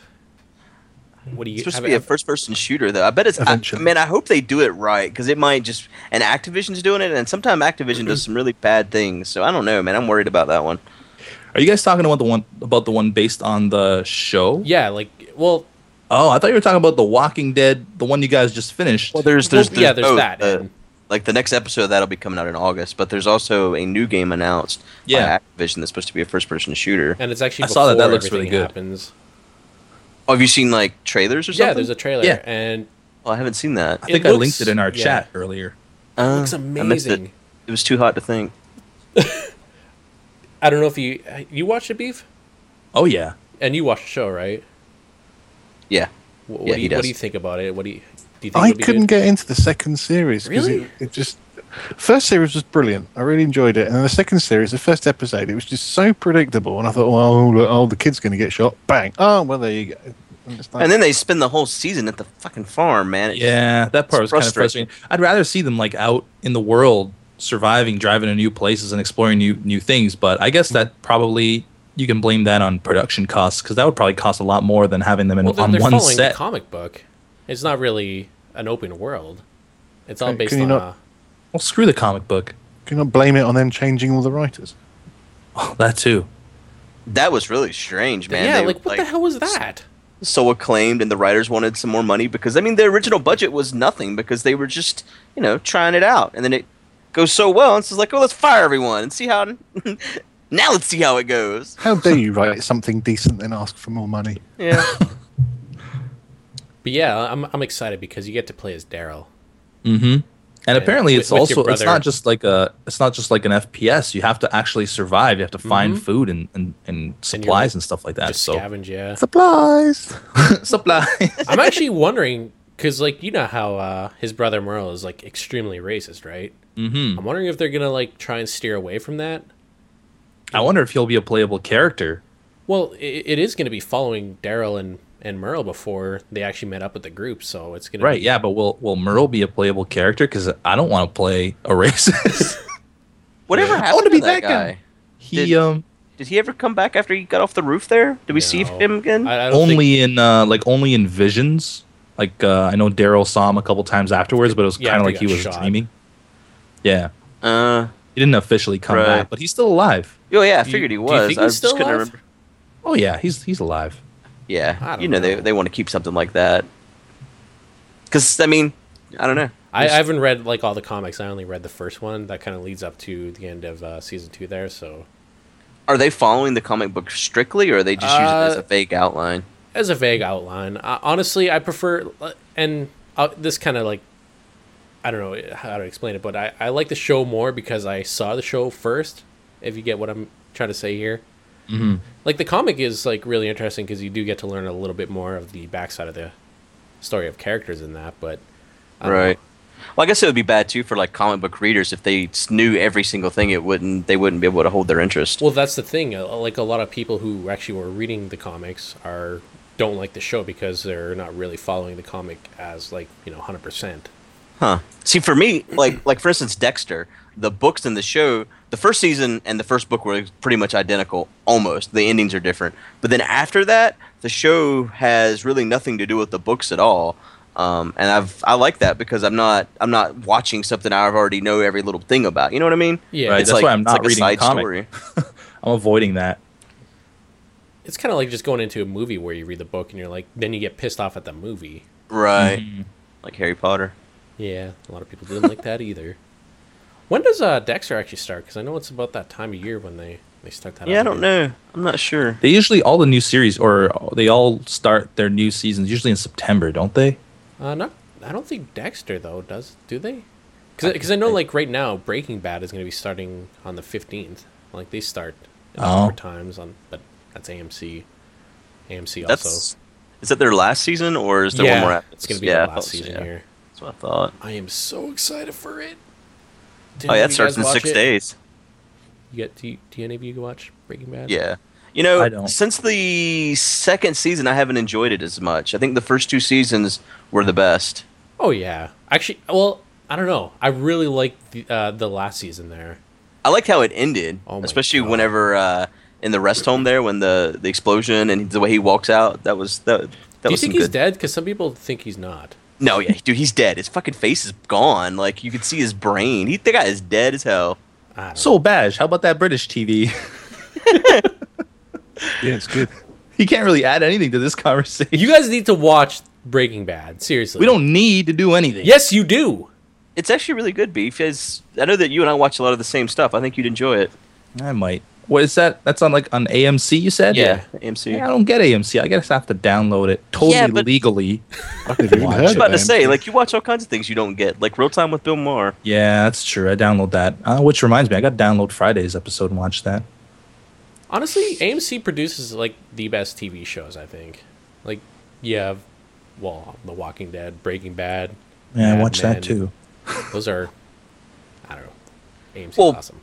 S4: What do you
S2: It's supposed
S4: have-
S2: to be a
S4: have-
S2: first-person shooter, though. I bet it's. I,
S5: Eventually.
S2: man, I hope they do it right because it might just. And Activision's doing it, and sometimes Activision does some really bad things. So I don't know, man. I'm worried about that one.
S3: Are you guys talking about the one about the one based on the show?
S4: Yeah, like well,
S3: Oh, I thought you were talking about The Walking Dead, the one you guys just finished.
S2: Well, there's
S4: Well,
S2: there's,
S4: yeah, there's
S2: both,
S4: that,
S2: uh,
S4: and-
S2: like the next episode of that'll be coming out in August, but there's also a new game announced by
S3: Yeah.
S2: Activision that's supposed to be a first-person shooter.
S4: and it's actually
S3: I saw that. That
S4: before
S3: looks really
S4: everything
S3: good.
S4: Happens.
S2: oh, have you seen like trailers or something?
S4: Yeah, there's a trailer,
S3: Yeah.
S4: and
S2: Oh, I haven't seen that.
S3: I think
S4: it
S3: I
S4: looks-
S3: linked it in our
S4: yeah.
S3: chat earlier.
S2: Uh,
S4: looks
S2: I missed it.
S4: amazing.
S2: It was too hot to think.
S4: I don't know if you you watched it, Beef,
S3: Oh yeah.
S4: and you watched the show, right?
S2: Yeah.
S4: Wh- What,
S2: Yeah,
S4: do
S2: he
S4: you, what
S2: does.
S4: do you think about it? What do you do? You think
S5: I
S4: it'll be
S5: couldn't
S4: good?
S5: get into the second series. 'cause
S4: Really?
S5: It, it just first series was brilliant. I really enjoyed it, and then the second series, the first episode, it was just so predictable. And I thought, well, oh, look, oh the kid's going to get shot. Bang! Oh, well, there you go. And it's like-
S2: And then they spend the whole season at the fucking farm, man. It-
S3: Yeah, that part
S2: It's
S3: was kind of
S2: frustrating.
S3: frustrating. I'd rather see them like out in the world, surviving, driving to new places, and exploring new new things. But I guess that probably you can blame that on production costs because that would probably cost a lot more than having them in,
S4: Well, they're,
S3: on
S4: they're
S3: one
S4: following
S3: set.
S4: the comic book. It's not really an open world. It's all
S5: Can-
S4: based
S5: can you
S4: on.
S5: not-
S4: uh,
S3: well, screw the comic book.
S5: can you not blame it on them changing all the writers?
S3: Oh, that too.
S2: That was really strange, man.
S4: yeah,
S2: They,
S4: like what the hell was that?
S2: so acclaimed and the writers wanted some more money because I mean the original budget was nothing because they were just you know trying it out and then it goes so well and so it's like oh let's fire everyone and see how now let's see how it goes
S5: How dare you write something decent then ask for more money?
S2: yeah
S4: But yeah, I'm I'm excited because you get to play as Daryl.
S3: And
S4: Yeah,
S3: apparently,
S4: with-
S3: it's
S4: with your
S3: also it's
S4: brother.
S3: not just like a it's not just like an FPS. You have to actually survive. You have to find
S4: Mm-hmm.
S3: food and and, and supplies and, stuff like that.
S4: Just
S3: So
S4: scavenge, yeah.
S5: Supplies.
S3: supplies.
S4: I'm actually wondering because, like, you know how uh, his brother Merle is like extremely racist, right? Mm-hmm. I'm wondering if they're gonna like try and steer away from that.
S3: I wonder if he'll be a playable character.
S4: Well, i it is gonna be following Daryl and and Merle before they actually met up with the group, so it's gonna
S3: Right,
S4: Be,
S3: yeah, but will will Merle be a playable character? Because I don't want to play a racist.
S2: whatever happened
S3: wanna
S2: to
S3: be
S2: that
S3: that guy.
S2: guy.
S3: he
S2: Did-
S3: um
S2: did he ever come back after he got off the roof there did we see
S4: No.
S2: him again
S4: I, I don't think-
S3: only in uh like only in visions. Like uh, I know Daryl saw him a couple times afterwards, but it was
S4: Yeah,
S3: kind of like
S4: after he
S3: he
S4: got
S3: was
S4: shot.
S3: dreaming. Yeah,
S2: uh
S3: he didn't officially come
S2: Right.
S3: back, but he's still alive.
S2: oh yeah I
S4: you-
S2: figured he
S4: do you
S2: was
S4: think
S2: I
S4: he's
S2: was
S4: still
S2: just couldn't
S4: alive?
S2: remember
S3: Oh yeah, he's he's alive.
S2: yeah
S4: I don't
S2: you know, they
S4: know.
S2: they want to keep something like that because I mean I don't know
S4: I, I haven't read like all the comics. I only read the first one. That kind of leads up to the end of uh, season two there. So
S2: are they following the comic book strictly or are they just using it as
S4: Uh,
S2: a vague outline
S4: as a vague outline, I, honestly, I prefer and uh, this kind of like I don't know how to explain it, but I, I like the show more because I saw the show first. If you get what I'm trying to say here, mm-hmm. like the comic is like really interesting because you do get to learn a little bit more of the backside of the story of characters in that. But I don't know.
S2: Right. Well, I guess it would be bad too for like comic book readers if they s- knew every single thing. It wouldn't. They wouldn't be able to hold their interest.
S4: Well, that's the thing. uh, Like a lot of people who actually were reading the comics are don't like the show because they're not really following the comic as like you know hundred percent.
S2: Huh. See, for me, like like for instance, Dexter, the books and the show, the first season and the first book were pretty much identical, almost. The endings are different, but then after that, the show has really nothing to do with the books at all. Um, and I've I like that because I'm not I'm not watching something I already know every little thing about. You know what I mean?
S4: Yeah.
S3: Right,
S4: It's
S3: that's
S2: like-
S3: why I'm
S2: it's
S3: not
S2: like a
S3: reading
S2: side
S3: the comic.
S2: story.
S3: I'm avoiding that.
S4: It's kind of like just going into a movie where you read the book and you're like, then you get pissed off at the movie.
S2: Right.
S3: Mm-hmm.
S2: Like Harry Potter.
S4: Yeah, a lot of people didn't like that either. When does uh, Dexter actually start? Because I know it's about that time of year when they they start that.
S2: Yeah, I
S4: up
S2: don't
S4: again.
S2: know. I'm not sure.
S3: They usually all the new series or they all start their new seasons usually in September, don't they?
S4: Uh, not, I don't think Dexter though does. Do they? Because I know like right now Breaking Bad is going to be starting on the fifteenth. Like they start at
S3: Oh.
S4: different times on, but that's AMC. AMC
S2: That's
S4: also.
S2: is that their last season or is there
S4: yeah,
S2: one more? after
S4: it's
S2: this?
S4: going to be
S2: Yeah, I
S4: the
S2: thought
S4: last
S2: so,
S4: season
S2: yeah.
S4: here.
S2: That's what I thought.
S4: I am so excited for it. Did
S2: Oh,
S4: any
S2: yeah, it
S4: of you
S2: starts
S4: guys
S2: in
S4: watch
S2: six
S4: it?
S2: days.
S4: You get, do, you, do any of you watch Breaking Bad?
S2: Yeah. You know,
S3: I don't.
S2: since the second season, I haven't enjoyed it as much. I think the first two seasons were the best.
S4: Oh yeah, actually, well, I don't know. I really liked the uh, the last season there.
S2: I liked how it ended,
S4: Oh my
S2: especially
S4: God.
S2: whenever uh, in the rest home there, when the, the explosion and the way he walks out. That was that. that
S4: do you
S2: was some
S4: think he's
S2: good-
S4: dead? Because some people think he's not.
S2: No, yeah, dude, he's dead. His fucking face is gone. Like you could see his brain. He the guy is dead as hell.
S4: I don't
S3: So Bash, how about that British TV?
S5: Yeah, it's good.
S3: you can't really add anything to this conversation.
S4: You guys need to watch Breaking Bad. Seriously.
S3: we don't need to do anything.
S4: Yes, you do.
S2: It's actually really good, Beef. It's- I know that you and I watch a lot of the same stuff. I think you'd enjoy it.
S3: I might. What is that? That's on like on AMC. You said.
S2: AMC.
S3: Yeah, I don't get AMC. I guess I have to download it totally
S2: Yeah, but-
S3: legally.
S5: I've never even
S3: Watch
S5: heard
S2: I was
S5: of
S2: about to
S5: them.
S2: say, like, you watch all kinds of things you don't get, like Real Time with Bill Maher.
S3: Yeah, that's true. I download that. Uh, which reminds me, I got to download Friday's episode and watch that.
S4: Honestly, AMC produces like the best TV shows. I think. Like you have, well, The Walking Dead, Breaking Bad.
S3: Yeah, I
S4: Mad
S3: watch
S4: Men.
S3: that too.
S4: Those are, I don't know. AMC's
S2: Well-
S4: awesome.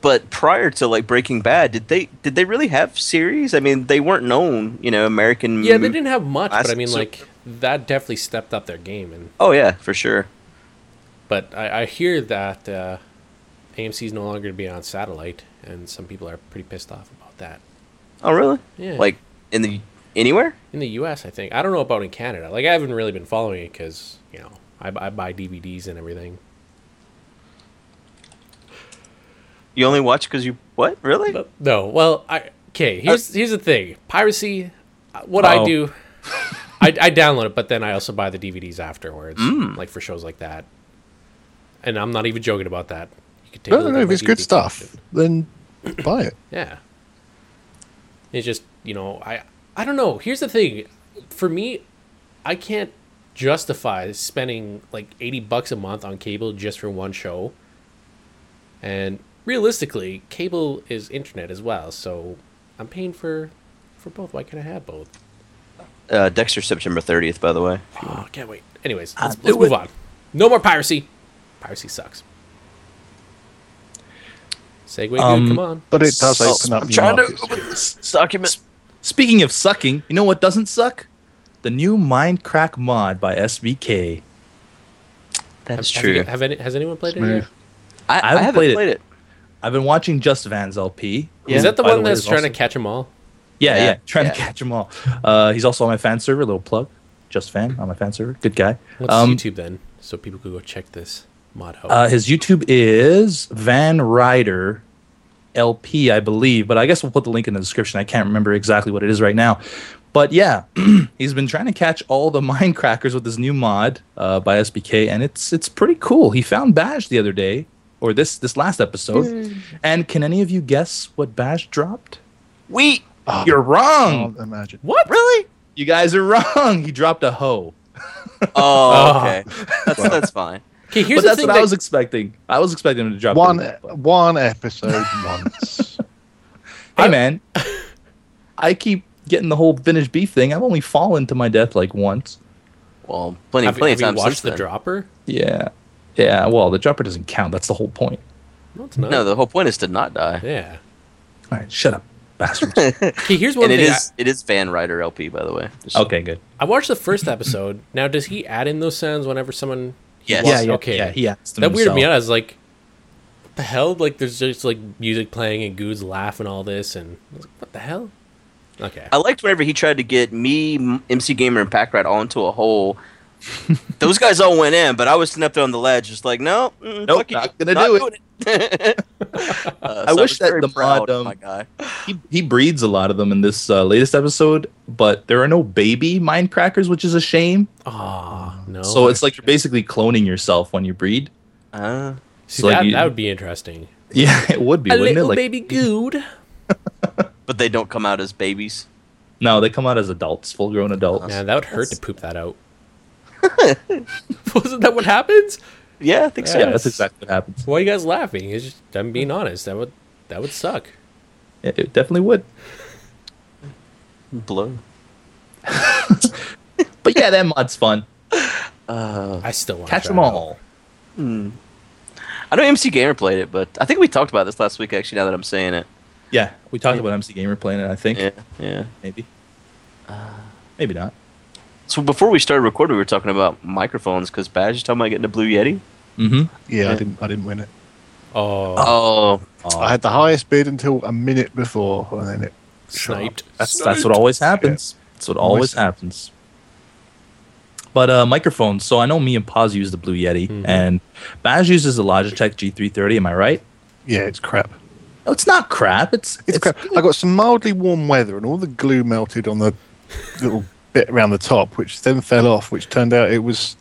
S2: But prior to like Breaking Bad, did they did they really have series? I mean, they weren't known, you know, American.
S4: Yeah, they didn't have much, but I
S2: Classic
S4: mean,
S2: super-
S4: like that definitely stepped up their game and
S2: Oh yeah, for sure.
S4: But I, I hear that uh, AMC is no longer going to be on satellite, and some people are pretty pissed off about that
S2: Oh really?
S4: Yeah.
S2: Like in the anywhere?
S4: in the U.S. I think I don't know about in Canada. Like I haven't really been following it because you know I, bu- I buy DVDs and everything.
S2: You only watch because you what? Really?
S4: But no, well, I okay. Here's here's the thing: piracy. uh, What I
S3: Oh.
S4: do, I, I download it, but then I also buy the DVDs afterwards,
S5: Mm.
S4: like for shows like that. And I'm not even joking about that. You could take a
S5: No, no,
S4: look
S5: no.
S4: at
S5: If
S4: my
S5: it's good
S4: DVD
S5: stuff,
S4: collection.
S5: then buy it.
S4: Yeah. It's just, you know, I I don't know. Here's the thing. For me, I can't justify spending like 80 bucks a month on cable just for one show. And realistically, cable is internet as well, so I'm paying for for both. Why can't I have both?
S2: Uh, Dexter September thirtieth, by the way.
S4: Oh, can't wait. Anyways, let's, let's move on. No more piracy. Piracy sucks. Segway, dude,
S3: Um,
S4: come on.
S5: But it does
S2: Oh,
S5: open up
S2: I'm
S5: new
S2: trying
S5: markets.
S2: to open this document.
S3: Speaking of sucking, you know what doesn't suck? The new Mindcrack mod by SBK.
S2: That's
S4: Have you-
S2: true.
S4: have any, has anyone played it
S5: Smooth.
S4: yet?
S2: I, I haven't played it.
S3: I've been watching Just Van's LP.
S2: Yeah.
S4: Is that the
S3: By
S4: one
S3: way,
S4: that's
S3: is
S4: trying
S3: also-
S4: to catch them all?
S3: Yeah,
S2: Yeah,
S3: yeah, trying
S2: yeah.
S3: to catch them all. Uh, he's also on my fan server. Little plug, Just Van on my fan server. Good guy.
S4: What's
S3: Um,
S4: YouTube then? So people could go check this mod out.
S3: Uh, his YouTube is Van Ryder LP, I believe, but I guess we'll put the link in the description. I can't remember exactly what it is right now. But yeah, he's been trying to catch all the mind crackers with this new mod uh, by SBK, and it's it's pretty cool. He found Bash the other day, or this this last episode.
S4: Hmm.
S3: And can any of you guess what Bash dropped?
S2: We
S3: You're wrong.
S5: Can't imagine.
S2: what? Really?
S3: You guys are wrong. He dropped a hoe.
S2: Oh, okay. That's that's fine.
S4: okay, here's
S3: but that's
S4: the thing.
S3: what
S4: That,
S3: I was expecting. I was expecting him to drop
S5: One,
S3: the- but-
S5: one episode once.
S3: Hey man, I keep getting the whole finished beef thing. I've only fallen to my death like once.
S2: Well, plenty,
S4: have,
S2: plenty
S4: have
S2: of times
S4: you
S2: since
S4: watched the
S2: then.
S4: dropper?
S3: Yeah, yeah. Well, the jumper doesn't count. That's the whole point.
S4: No, it's not.
S2: No, the whole point is to not die.
S4: yeah.
S3: All right, shut up, bastards.
S4: Okay, here's one
S2: And it
S4: thing.
S2: is it is Van Ryder LP, by the way. Just-
S3: okay, good.
S4: I, I watched the first episode. Now, does he add in those sounds whenever someone
S3: Yes.
S4: Was- okay.
S3: Yeah, he asked
S4: that weirded me
S3: himself.
S4: out. I was like, what the hell? Like, there's just like music playing and Good's laugh and all this, and I was like, what the hell? Okay.
S3: Oh,
S2: I liked whenever he tried to get me, M- MC Gamer, and Packrat onto a hole. Those guys all went in, but I was sitting up there on the ledge, just like, no, mm, fuck
S3: Nope,
S2: you,
S3: not gonna do
S2: doing it. Uh,
S3: I
S2: so
S3: wish
S2: was
S3: that
S2: very
S3: the
S2: proud
S3: mod,
S2: of
S3: um,
S2: my guy.
S3: He, he breeds a lot of them in this uh, latest episode, but there are no baby Mindcrackers, which is a shame.
S4: Ah, no.
S3: so it's like you're basically cloning yourself when you breed.
S2: Uh,
S4: See,
S3: so like
S4: that,
S3: you-
S4: that would be interesting.
S3: Yeah, it would be, wouldn't it? Like,
S4: Good.
S2: but they don't come out as babies.
S3: No, they come out as adults, full grown adults.
S4: Yeah, that would hurt to poop that out. Wasn't that what happens?
S2: Yeah, I think so.
S3: Yeah,
S4: Yes.
S3: that's exactly what happens.
S4: Why are you guys laughing? It's just I'm being honest. That would that would suck.
S3: It, it definitely would.
S2: Blow.
S3: But yeah, that mod's fun.
S4: I still want
S3: Catch them all.
S2: I know MC Gamer played it, but I think we talked about this last week. Actually, now that I'm saying it,
S3: Yeah, we talked about MC Gamer playing it. I think
S2: yeah, yeah.
S3: maybe, maybe not.
S2: So before we started recording, we were talking about microphones because Badge is talking about getting a Blue Yeti.
S3: Mm-hmm.
S5: Yeah, I
S2: Yeah.
S5: didn't. I didn't win it.
S4: Oh,
S2: Oh,
S5: I had the highest bid until a minute before, and then it shot.
S4: sniped.
S3: That's that's what always happens. That's what always
S5: Always.
S3: happens. But uh, microphones. So I know me and Paz use the Blue Yeti, and Baz uses the Logitech G330. Am I right?
S5: Yeah, it's crap.
S3: No, it's not crap. It's
S5: It's, crap. I got some mildly warm weather, and all the glue melted on the little bit around the top, which then fell off. Which turned out it was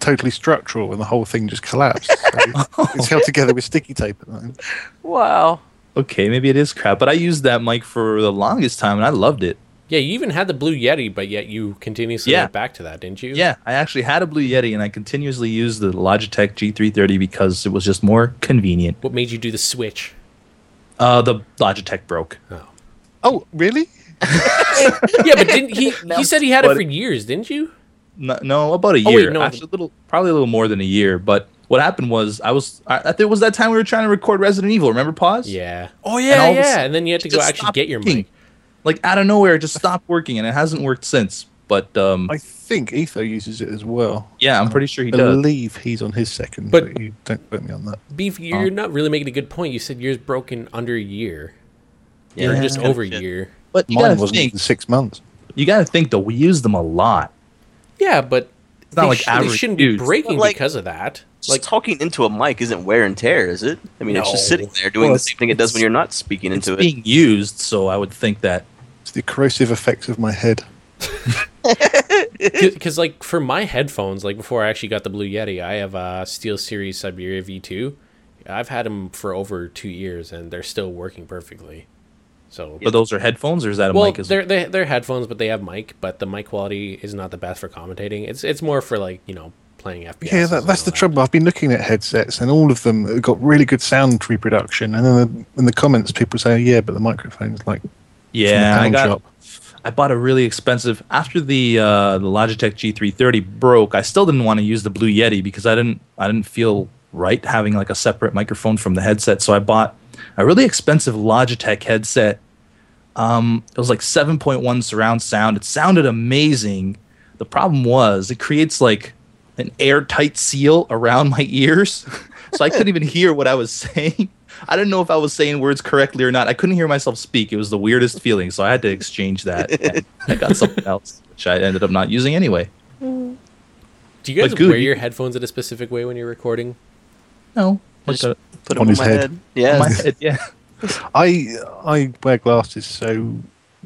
S5: totally structural, and the whole thing just collapsed. So it's held together with sticky tape. At the moment.
S2: wow.
S3: okay. Maybe it is crap. But I used that mic for the longest time, and I loved it.
S4: Yeah, you even had the blue yeti, but yet you continuously
S3: Yeah.
S4: went back to that, didn't you?
S3: Yeah, I actually had a Blue Yeti, and I continuously used the Logitech G330 because it was just more convenient.
S4: What made you do the switch?
S3: Uh, the Logitech broke.
S4: Oh.
S5: Oh, really?
S4: Yeah, but didn't he? He said he had it
S3: But-
S4: for years, didn't you?
S3: No, no about a
S4: Oh, wait,
S3: year.
S4: no.
S3: Actually, a little, probably a little more than a year. But what happened was, I was, I, I think it was that time we were trying to record Resident Evil. Remember, pause.
S4: Yeah.
S3: Oh
S4: Yeah, and yeah. And then you had to go actually get your mic.
S3: Like out of nowhere, it just stopped working, and it hasn't worked since. But um,
S5: I think Etho uses it as well.
S3: yeah, I'm pretty sure he
S5: I
S3: does.
S5: believe he's on his second,
S4: But-
S5: but, you don't quote me on that.
S4: Beef, you're not really making a good point. You said yours broken under a year.
S2: Yeah,
S4: Or just
S2: that's
S4: over a
S2: kinda shit.
S4: year.
S3: But you
S5: Mine
S3: gotta
S5: wasn't
S3: think,
S5: even six months.
S3: you gotta think though. We use them a lot.
S4: Yeah, but it's
S3: not like average
S4: shouldn't
S3: dudes.
S4: be breaking
S2: Like-
S4: because of that.
S2: Just
S4: Like,
S2: talking into a mic isn't wear and tear, is it? I mean, it's just
S4: No.
S2: sitting there doing
S3: Well,
S2: the same thing it does when you're not speaking
S3: It's
S2: into it.
S3: being used, so I would think that.
S5: It's the corrosive effects of my head.
S4: because like for my headphones, like before I actually got the Blue Yeti, I have a Steel Series Siberia V2. I've had them for over two years, and they're still working perfectly. So,
S3: But those are headphones, or is that a
S4: well,
S3: mic? As
S4: they're, they're they're headphones, but they have mic. But the mic quality is not the best for commentating. It's it's more for like you know playing FPS.
S5: Yeah, that, that's the trouble. I've been looking at headsets, and all of them have got really good sound reproduction. And then the, in the comments, people say, "Yeah, but the microphone's like
S3: Yeah, I
S5: panel
S3: got.
S5: shop.
S3: I bought a really expensive after the uh, the Logitech G330 broke. I still didn't want to use the Blue Yeti because I didn't I didn't feel right having like a separate microphone from the headset. So I bought a really expensive Logitech headset. Um, it was like 7.1 surround sound. It sounded amazing. The problem was it creates like an airtight seal around my ears, so I couldn't even hear what I was saying. I didn't know if I was saying words correctly or not. I couldn't hear myself speak. It was the weirdest feeling, so I had to exchange that. and I got something else, which I ended up not using anyway.
S4: Do you guys
S3: But good,
S4: wear
S3: you-
S4: your headphones in a specific way when you're recording?
S3: No,
S2: I
S3: like
S2: just
S3: a-
S2: put it
S5: On
S2: on
S5: his
S2: my
S5: head.
S2: head. Yeah,
S3: my head, yeah.
S5: I I wear glasses, so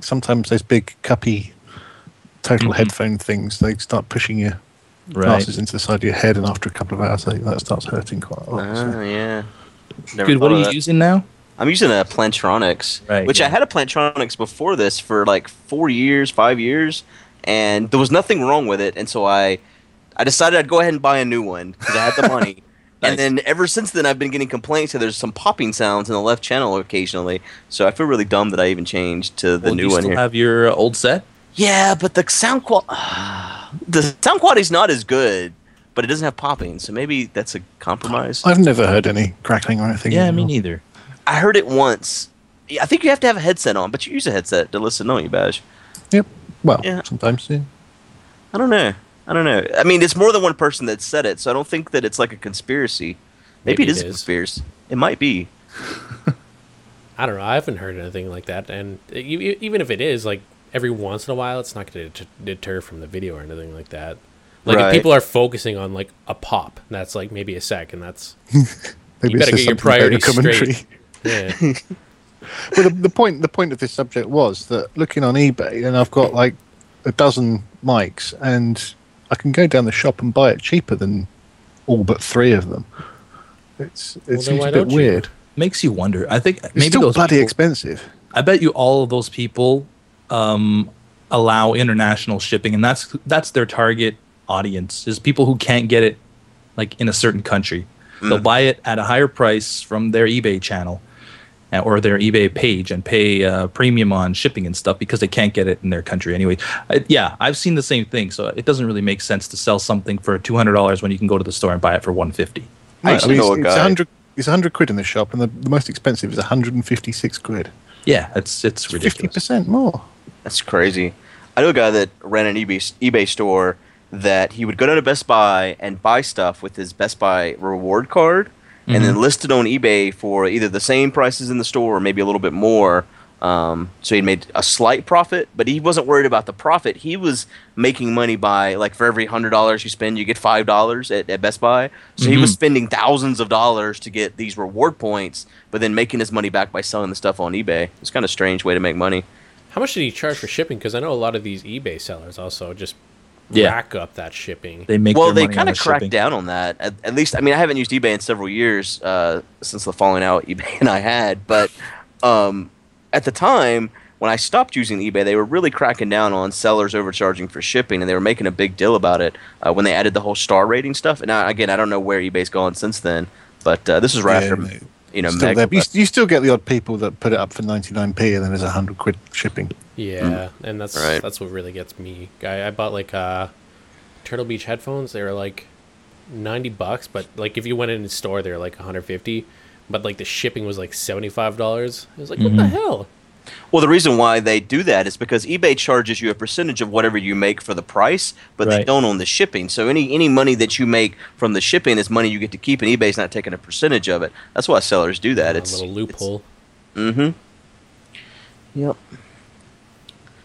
S5: sometimes those big cuppy total headphone things they start pushing your glasses into the side of your head, and after a couple of hours, they, that starts hurting quite a lot. so.
S2: Ah, yeah. Never
S3: Good. What
S2: thought
S3: are
S2: of
S3: you
S2: that.
S3: using now?
S2: I'm using a Plantronics,
S3: Right,
S2: which
S3: yeah.
S2: I had a Plantronics before this for like four years, five years, and there was nothing wrong with it. And so I, I decided I'd go ahead and buy a new one because I had the money.
S3: Nice.
S2: And then ever since then, I've been getting complaints that there's some popping sounds in the left channel occasionally. So I feel really dumb that I even changed to the
S3: Well, do
S2: new
S3: you
S2: one
S3: still
S2: here.
S3: have your uh, old set?
S2: yeah, but the sound qual, the sound quality's not as good, but it doesn't have popping. So maybe that's a compromise.
S5: I've never heard any crackling or anything.
S3: Yeah, me
S5: anymore.
S3: neither.
S2: I heard it once. Yeah, I think you have to have a headset on, but you use a headset to listen, don't you, Bash?
S5: Yep. Well,
S2: Yeah.
S5: sometimes. Yeah.
S2: I don't know. I don't know. I mean, it's more than one person that said it, so I don't think that it's like a conspiracy. Maybe, it is, a conspiracy. It might be.
S4: I don't know. I haven't heard anything like that, and e- e- even if it is, like every once in a while, it's not going to deter from the video or anything like that. Like
S2: Right.
S4: if people are focusing on like a pop, that's like maybe a sec, and that's
S5: Maybe
S4: You
S5: it's just
S4: better get your
S5: something about
S4: priorities straight. yeah.
S5: well, the, the point the point of this subject was that looking on eBay, and I've got like a dozen mics, and I can go down the shop and buy it cheaper than all but three of them. It's it
S4: then
S5: seems
S4: why
S5: a bit
S4: don't you?
S5: weird.
S3: Makes you wonder. I think
S5: It's
S3: maybe
S5: still
S3: those
S5: bloody
S3: people-
S5: expensive.
S3: I bet you all of those people um, allow international shipping, and that's that's their target audience is people who can't get it like in a certain country.
S2: Mm.
S3: They'll buy it at a higher price from their eBay channel uh, or their eBay page and pay uh, premium on shipping and stuff because they can't get it in their country anyway. Uh, yeah, I've seen the same thing, so it doesn't really make sense to sell something for two hundred dollars when you can go to the store and buy it for one fifty.
S2: I
S5: Mate,
S2: actually
S5: it's,
S2: know a
S5: it's
S2: guy.
S5: 100 it's 100 quid in the shop, and the, the most expensive is 156 quid.
S3: Yeah, it's it's
S5: Fifty
S3: ridiculous.
S5: percent more.
S2: That's crazy. I knew a guy that ran an eBay, eBay store that he would go down to Best Buy and buy stuff with his Best Buy reward card and then list it on eBay for either the same prices in the store or maybe a little bit more. Um, so he made a slight profit, but he wasn't worried about the profit. He was making money by, like, for every $100 you spend, you get $5 at, at Best Buy. So he was spending thousands of dollars to get these reward points, but then making his money back by selling the stuff on eBay. It's kind of a strange way to make money.
S4: How much did he charge for shipping? Because I know a lot of these eBay sellers also just
S3: Yeah.
S4: rack up that shipping.
S3: They make
S2: well,
S3: their
S2: they
S3: money on
S2: kind of
S3: the
S2: cracked
S3: shipping.
S2: down on that. At, at least, I mean, I haven't used eBay in several years uh, since the falling out eBay and I had. But um, at the time when I stopped using eBay, they were really cracking down on sellers overcharging for shipping, and they were making a big deal about it uh, when they added the whole star rating stuff. And I, again, I don't know where eBay's gone since then, but uh, this is right
S5: Yeah,
S2: after
S5: no.
S2: you know
S5: Still
S2: Meg-
S5: there. but You, you still get the odd people that put it up for 99p, and then there's 100 quid shipping.
S4: Yeah, and that's
S2: Mm. Right.
S4: that's what really gets me. I, I bought like uh, Turtle Beach headphones. They were like ninety bucks, but like if you went in the store, they were like one hundred fifty. But like the shipping was like seventy five dollars. It was like what the
S2: Mm-hmm.
S4: hell?
S2: Well, the reason why they do that is because eBay charges you a percentage of whatever you make for the price, but they
S3: Right.
S2: don't on the shipping. So any any money that you make from the shipping is money you get to keep, and eBay's not taking a percentage of it. That's why sellers do that. it's
S4: a little loophole.
S2: Yep.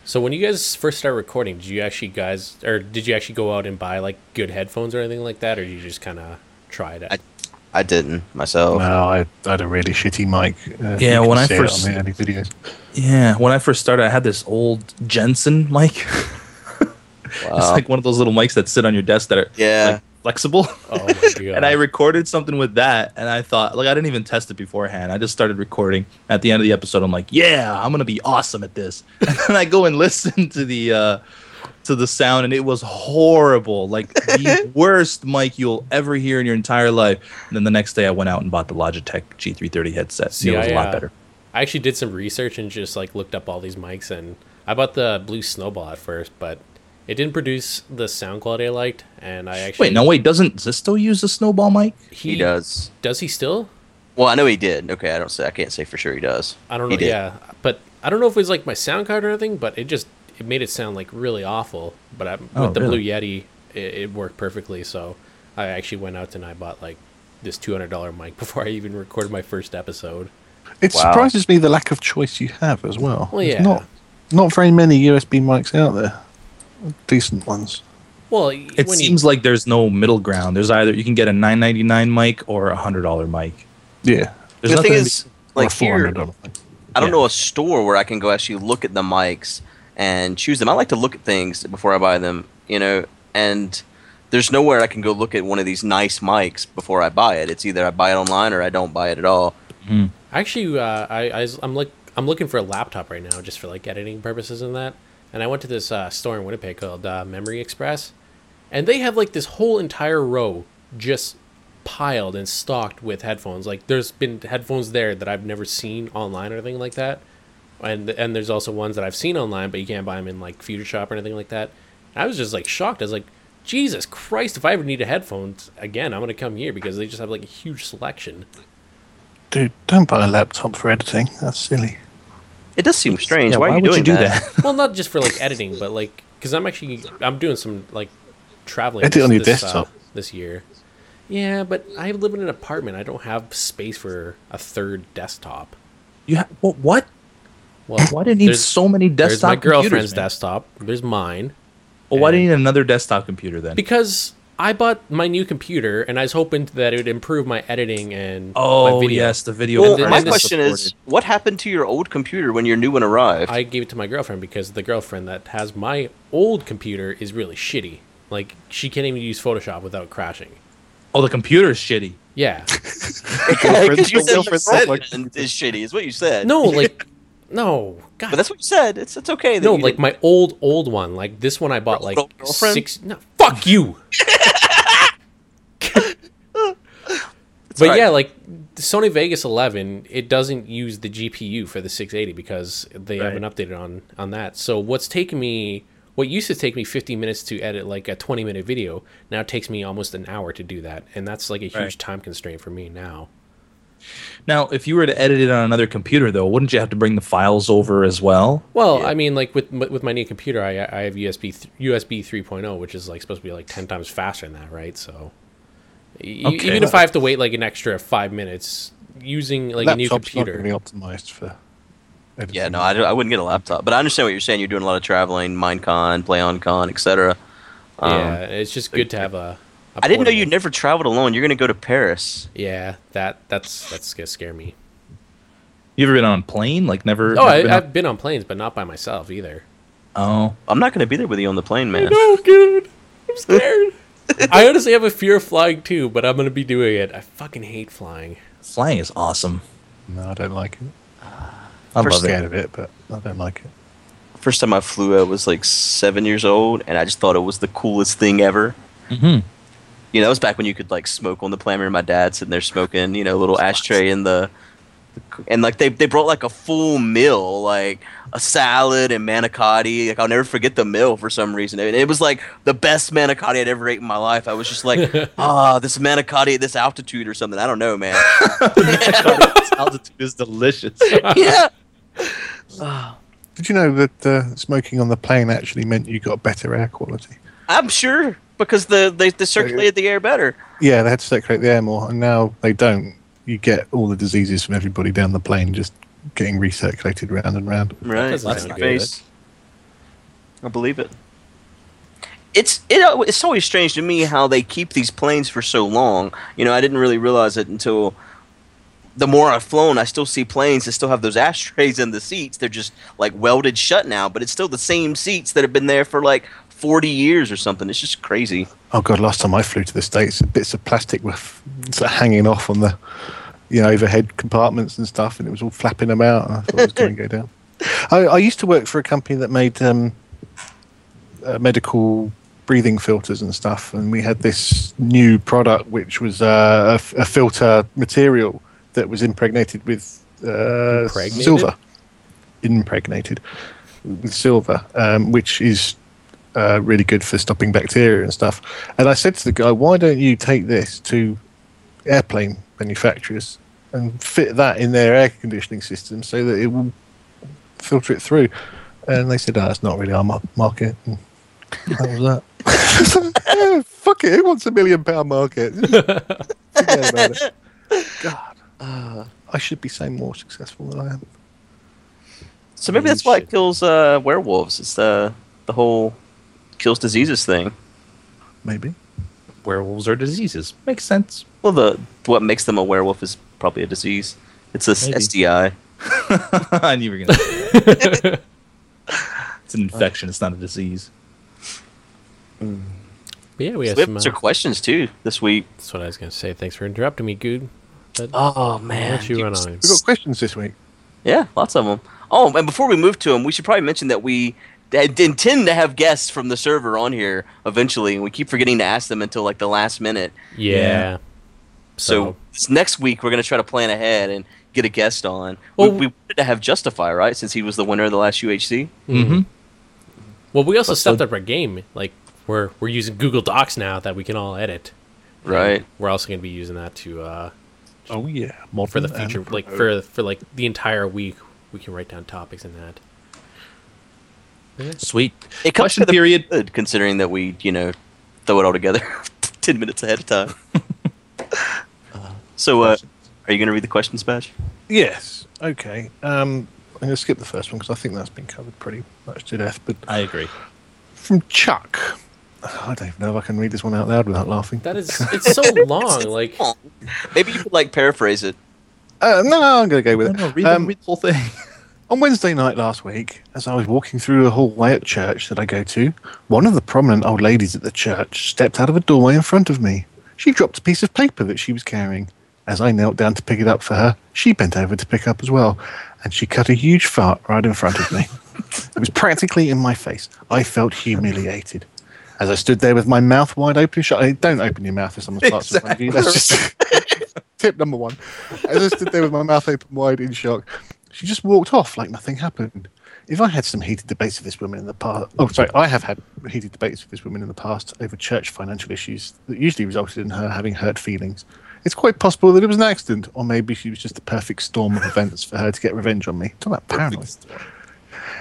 S4: So when you guys first started recording, did you actually guys or did you actually go out and buy like good headphones or anything like that, or you just kind of try it?
S2: I-
S4: Out?
S2: I didn't myself.
S5: Well, I, I had a really shitty mic.
S3: Yeah,
S5: Uh, you can
S3: when I
S5: see it on
S3: first-
S5: the early videos.
S3: Yeah, when I first started, I had this old Jensen mic. it's
S2: Wow.
S3: like one of those little mics that sit on your desk that are
S2: Yeah.
S3: like, flexible.
S4: oh my god!
S3: and I recorded something with that, and I thought, like, I didn't even test it beforehand. I just started recording. At the end of the episode, I'm like, yeah, I'm gonna be awesome at this. And then I go and listen to the uh, to the sound, and it was horrible, like the worst mic you'll ever hear in your entire life. And then the next day, I went out and bought the Logitech G330 headset.
S4: See,
S3: it was
S4: I,
S3: a lot
S4: uh,
S3: better.
S4: I actually did some research and just like looked up all these mics and I bought the Blue Snowball at first, but it didn't produce the sound quality I liked. And I actually
S3: Wait, no, wait, doesn't Zisto use a snowball mic?
S2: he does.
S4: Does he still?
S2: Well, I know he did. Okay, I don't say I can't say for sure he does.
S4: I don't
S2: He
S4: know.
S2: did.
S4: Yeah, but I don't know if it was like my sound card or anything, but it just it made it sound like really awful. But I,
S3: Oh,
S4: with the
S3: really?
S4: Blue Yeti, it, it worked perfectly. So I actually went out and I bought like this two hundred dollar mic before I even recorded my first episode.
S5: It
S2: Wow.
S5: surprises me the lack of choice you have as well.
S4: Well,
S5: There's
S4: yeah.
S5: Not, not very many USB mics out there. Decent ones.
S4: Well,
S3: It seems like there's no middle ground. There's either you can get a 9.99 mic or a hundred dollar mic.
S5: Yeah.
S3: There's
S2: the thing
S3: nothing-
S2: is,
S5: Or
S2: like here,
S5: $400 mic.
S2: I don't
S3: Yeah.
S2: know a store where I can go actually look at the mics and choose them. I like to look at things before I buy them, you know, and there's nowhere I can go look at one of these nice mics before I buy it. It's either I buy it online or I don't buy it at all.
S4: Actually, uh, I, I am like I'm looking for a laptop right now, just for like editing purposes and that. And I went to this uh, store in Winnipeg called uh, Memory Express, and they have like this whole entire row just piled and stocked with headphones. Like there's been headphones there that I've never seen online or anything like that, and and there's also ones that I've seen online, but you can't buy them in like Future Shop or anything like that. And I was just like shocked. I was like, Jesus Christ! If I ever need a headphone again, I'm gonna come here because they just have like a huge selection.
S5: Dude, don't buy a laptop for editing. That's silly.
S2: It does seem strange.
S3: Yeah,
S2: why, are you
S3: would
S2: doing
S3: you do
S2: that?
S3: that?
S4: well not just for like editing but like because i'm actually i'm doing some like traveling.
S5: Edit
S4: this-
S5: on your
S4: this, uh,
S5: desktop.
S4: this year. Yeah, but I live in an apartment. I don't have space for a third desktop.
S3: You ha- what? what?
S4: Well,
S3: Why do you need
S4: there's-
S3: so many desktop?
S4: There's my
S3: computers,
S4: girlfriend's
S3: man?
S4: desktop. There's mine.
S3: Well, why do you need another desktop computer then?
S4: Because I bought my new computer and I was hoping that it would improve my editing and my
S3: oh
S4: video.
S3: yes, the video.
S2: Well,
S3: part
S2: my
S3: is
S4: and this
S2: question is,
S3: supported.
S2: what happened to your old computer when your new one arrived?
S4: I gave it to my girlfriend because the girlfriend that has my old computer is really shitty. Like she can't even use Photoshop without crashing.
S3: oh, the computer is shitty.
S4: Yeah.
S2: Because you
S5: The
S2: said your
S5: girlfriend said, like-
S2: girlfriend is shitty, is what you said.
S4: No, like no. God.
S2: but that's what you said. It's it's okay. that
S4: no,
S2: you
S4: like
S2: didn't-
S4: my old old one. Like this one I bought like
S2: old girlfriend?
S4: six no fuck you.
S2: It's
S4: but
S2: all right.
S4: yeah, like Sony Vegas 11, it doesn't use the GPU for the 680 because they
S3: Right.
S4: haven't updated on on that. So what's taking me what used to take me 15 minutes to edit like a 20 minute video now takes me almost an hour to do that, and that's like a huge
S3: Right.
S4: time constraint for me now.
S3: Now, if you were to edit it on another computer, though, wouldn't you have to bring the files over as well?
S4: Well, I mean, like with with my new computer, I I have USB th- USB 3.0, oh, which is like supposed to be like 10 times faster than that, right? So e-
S3: Okay.
S4: even if I have to wait like an extra five minutes using like a new
S5: Laptop's not
S4: computer,
S5: going to be optimized for. Editing.
S2: Yeah, no, I, don't- I wouldn't get a laptop. But I understand what you're saying. You're doing a lot of traveling, MineCon, PlayOnCon, etc. Um,
S4: yeah, it's just good to have a. a
S2: I didn't know you
S4: portable-
S2: never traveled alone. You're going to go to Paris.
S4: Yeah, that that's that's gonna scare me.
S3: You ever been on a plane? Like never?
S4: Oh,
S3: never
S4: I,
S3: been
S4: I've been on planes, but not by myself either.
S3: on- oh,
S2: I'm not going to be there with you on the plane, man.
S4: No, dude, I'm scared. I honestly have a fear of flying too, but I'm gonna be doing it. I fucking hate flying.
S3: flying is awesome.
S5: No, I don't like it.
S3: I
S5: I'm
S3: love
S5: scared
S3: it.
S5: of it, but I don't like it.
S2: First time I flew, I was like seven years old, and I just thought it was the coolest thing ever.
S3: Mhm.
S2: You know, that was back when you could like smoke on the plane. I remember my dad sitting there smoking, you know, a little ashtray in the, and like they they brought like a full meal, like a salad and manicotti. Like I'll never forget the meal for some reason. And it was like the best manicotti I'd ever ate in my life. I was just like, ah, this manicotti at this altitude or something. I don't know, man.
S3: altitude is delicious.
S2: yeah.
S5: Did you know that uh, smoking on the plane actually meant you got better air quality?
S2: I'm sure because the they, they circulated the air better.
S5: Yeah, they had to circulate the air more, and now they don't. You get all the diseases from everybody down the plane just getting recirculated round and round.
S2: Right,
S4: doesn't
S2: that's
S4: sound
S2: the
S4: good.
S2: face. I believe it. It's it, al- it's always strange to me how they keep these planes for so long. You know, I didn't really realize it until the more I've flown. I still see planes that still have those ashtrays in the seats. They're just like welded shut now, but it's still the same seats that have been there for like forty years or something. It's just crazy.
S5: Oh god, last time I flew to the states, bits of plastic were f- sort of hanging off on the, you know, overhead compartments and stuff, and it was all flapping them out. And I thought it was going to go down. I, I used to work for a company that made um, uh, medical breathing filters and stuff, and we had this new product which was uh, a f- a, filter material that was impregnated with uh,
S4: Impregnated?
S5: silver, impregnated with silver, um, which is uh, really good for stopping bacteria and stuff. And I said to the guy, why don't you take this to airplane manufacturers and fit that in their air conditioning system so that it will filter it through? And they said, oh, that's not really our mar- market. And that was that. Yeah, fuck it. Who wants a million pound market? Forget about it. God. I should be so more successful than I am.
S2: So maybe that's why it kills uh, werewolves. It's the the whole kills diseases thing.
S5: Maybe.
S3: Werewolves are diseases. Makes sense.
S2: Well, the what makes them a werewolf is probably a disease. It's a
S3: Maybe.
S2: SDI.
S3: I knew you were gonna. Say that. it's an infection. It's not a disease.
S4: But yeah, we
S2: So
S4: have
S2: we
S4: some.
S2: have
S4: Uh,
S2: some questions too this week.
S4: that's what I was gonna say. Thanks for interrupting me, dude. But
S2: Oh
S4: why
S2: man,
S4: don't you run on?
S5: We've got questions this week.
S2: yeah, lots of them. Oh, and before we move to them, we should probably mention that we d- intend to have guests from the server on here eventually, and we keep forgetting to ask them until like the last minute.
S4: Yeah.
S3: Yeah.
S2: So
S4: So,
S2: this next week, we're gonna try to plan ahead and get a guest on.
S4: Well-
S2: we, we wanted to have Justify right since he was the winner of the last UHC.
S3: Mm-hmm.
S4: well, we also stepped up our game. Like we're we're using Google Docs now that we can all edit.
S2: Right.
S4: We're also gonna be using that to uh,
S5: Oh, yeah.
S4: for the
S5: Modern and
S4: future, like
S5: promote.
S4: for for like the entire week, we can write down topics in that.
S3: Sweet.
S2: It comes
S3: Question
S2: to the
S3: period.
S2: good, considering that we, you know, throw it all together ten minutes ahead of time. Uh, so, uh, are you going to read the questions, Badge?
S5: Yes. Okay. Um, I'm going to skip the first one because I think that's been covered pretty much to death. But
S3: I agree.
S5: from Chuck, I don't even know if I can read this one out loud without laughing.
S4: That is, it's so long. Like,
S2: Maybe you could like paraphrase it.
S5: Uh, no, no, I'm going to go with
S3: No,
S5: it.
S3: no, read,
S5: Um,
S3: the, read the whole thing.
S5: On Wednesday night last week, as I was walking through a hallway at church that I go to, one of the prominent old ladies at the church stepped out of a doorway in front of me. She dropped a piece of paper that she was carrying. As I knelt down to pick it up for her, she bent over to pick up as well, and she cut a huge fart right in front of me. it was practically in my face. I felt humiliated. As I stood there with my mouth wide open shut, I don't open your mouth if someone farts in front of you. That's just tip number one. As I stood there with my mouth open wide in shock, she just walked off like nothing happened. If I had some heated debates with this woman in the past, oh, sorry, I have had heated debates with this woman in the past over church financial issues that usually resulted in her having hurt feelings. It's quite possible that it was an accident, or maybe she was just the perfect storm of events for her to get revenge on me. Talk about paranoid.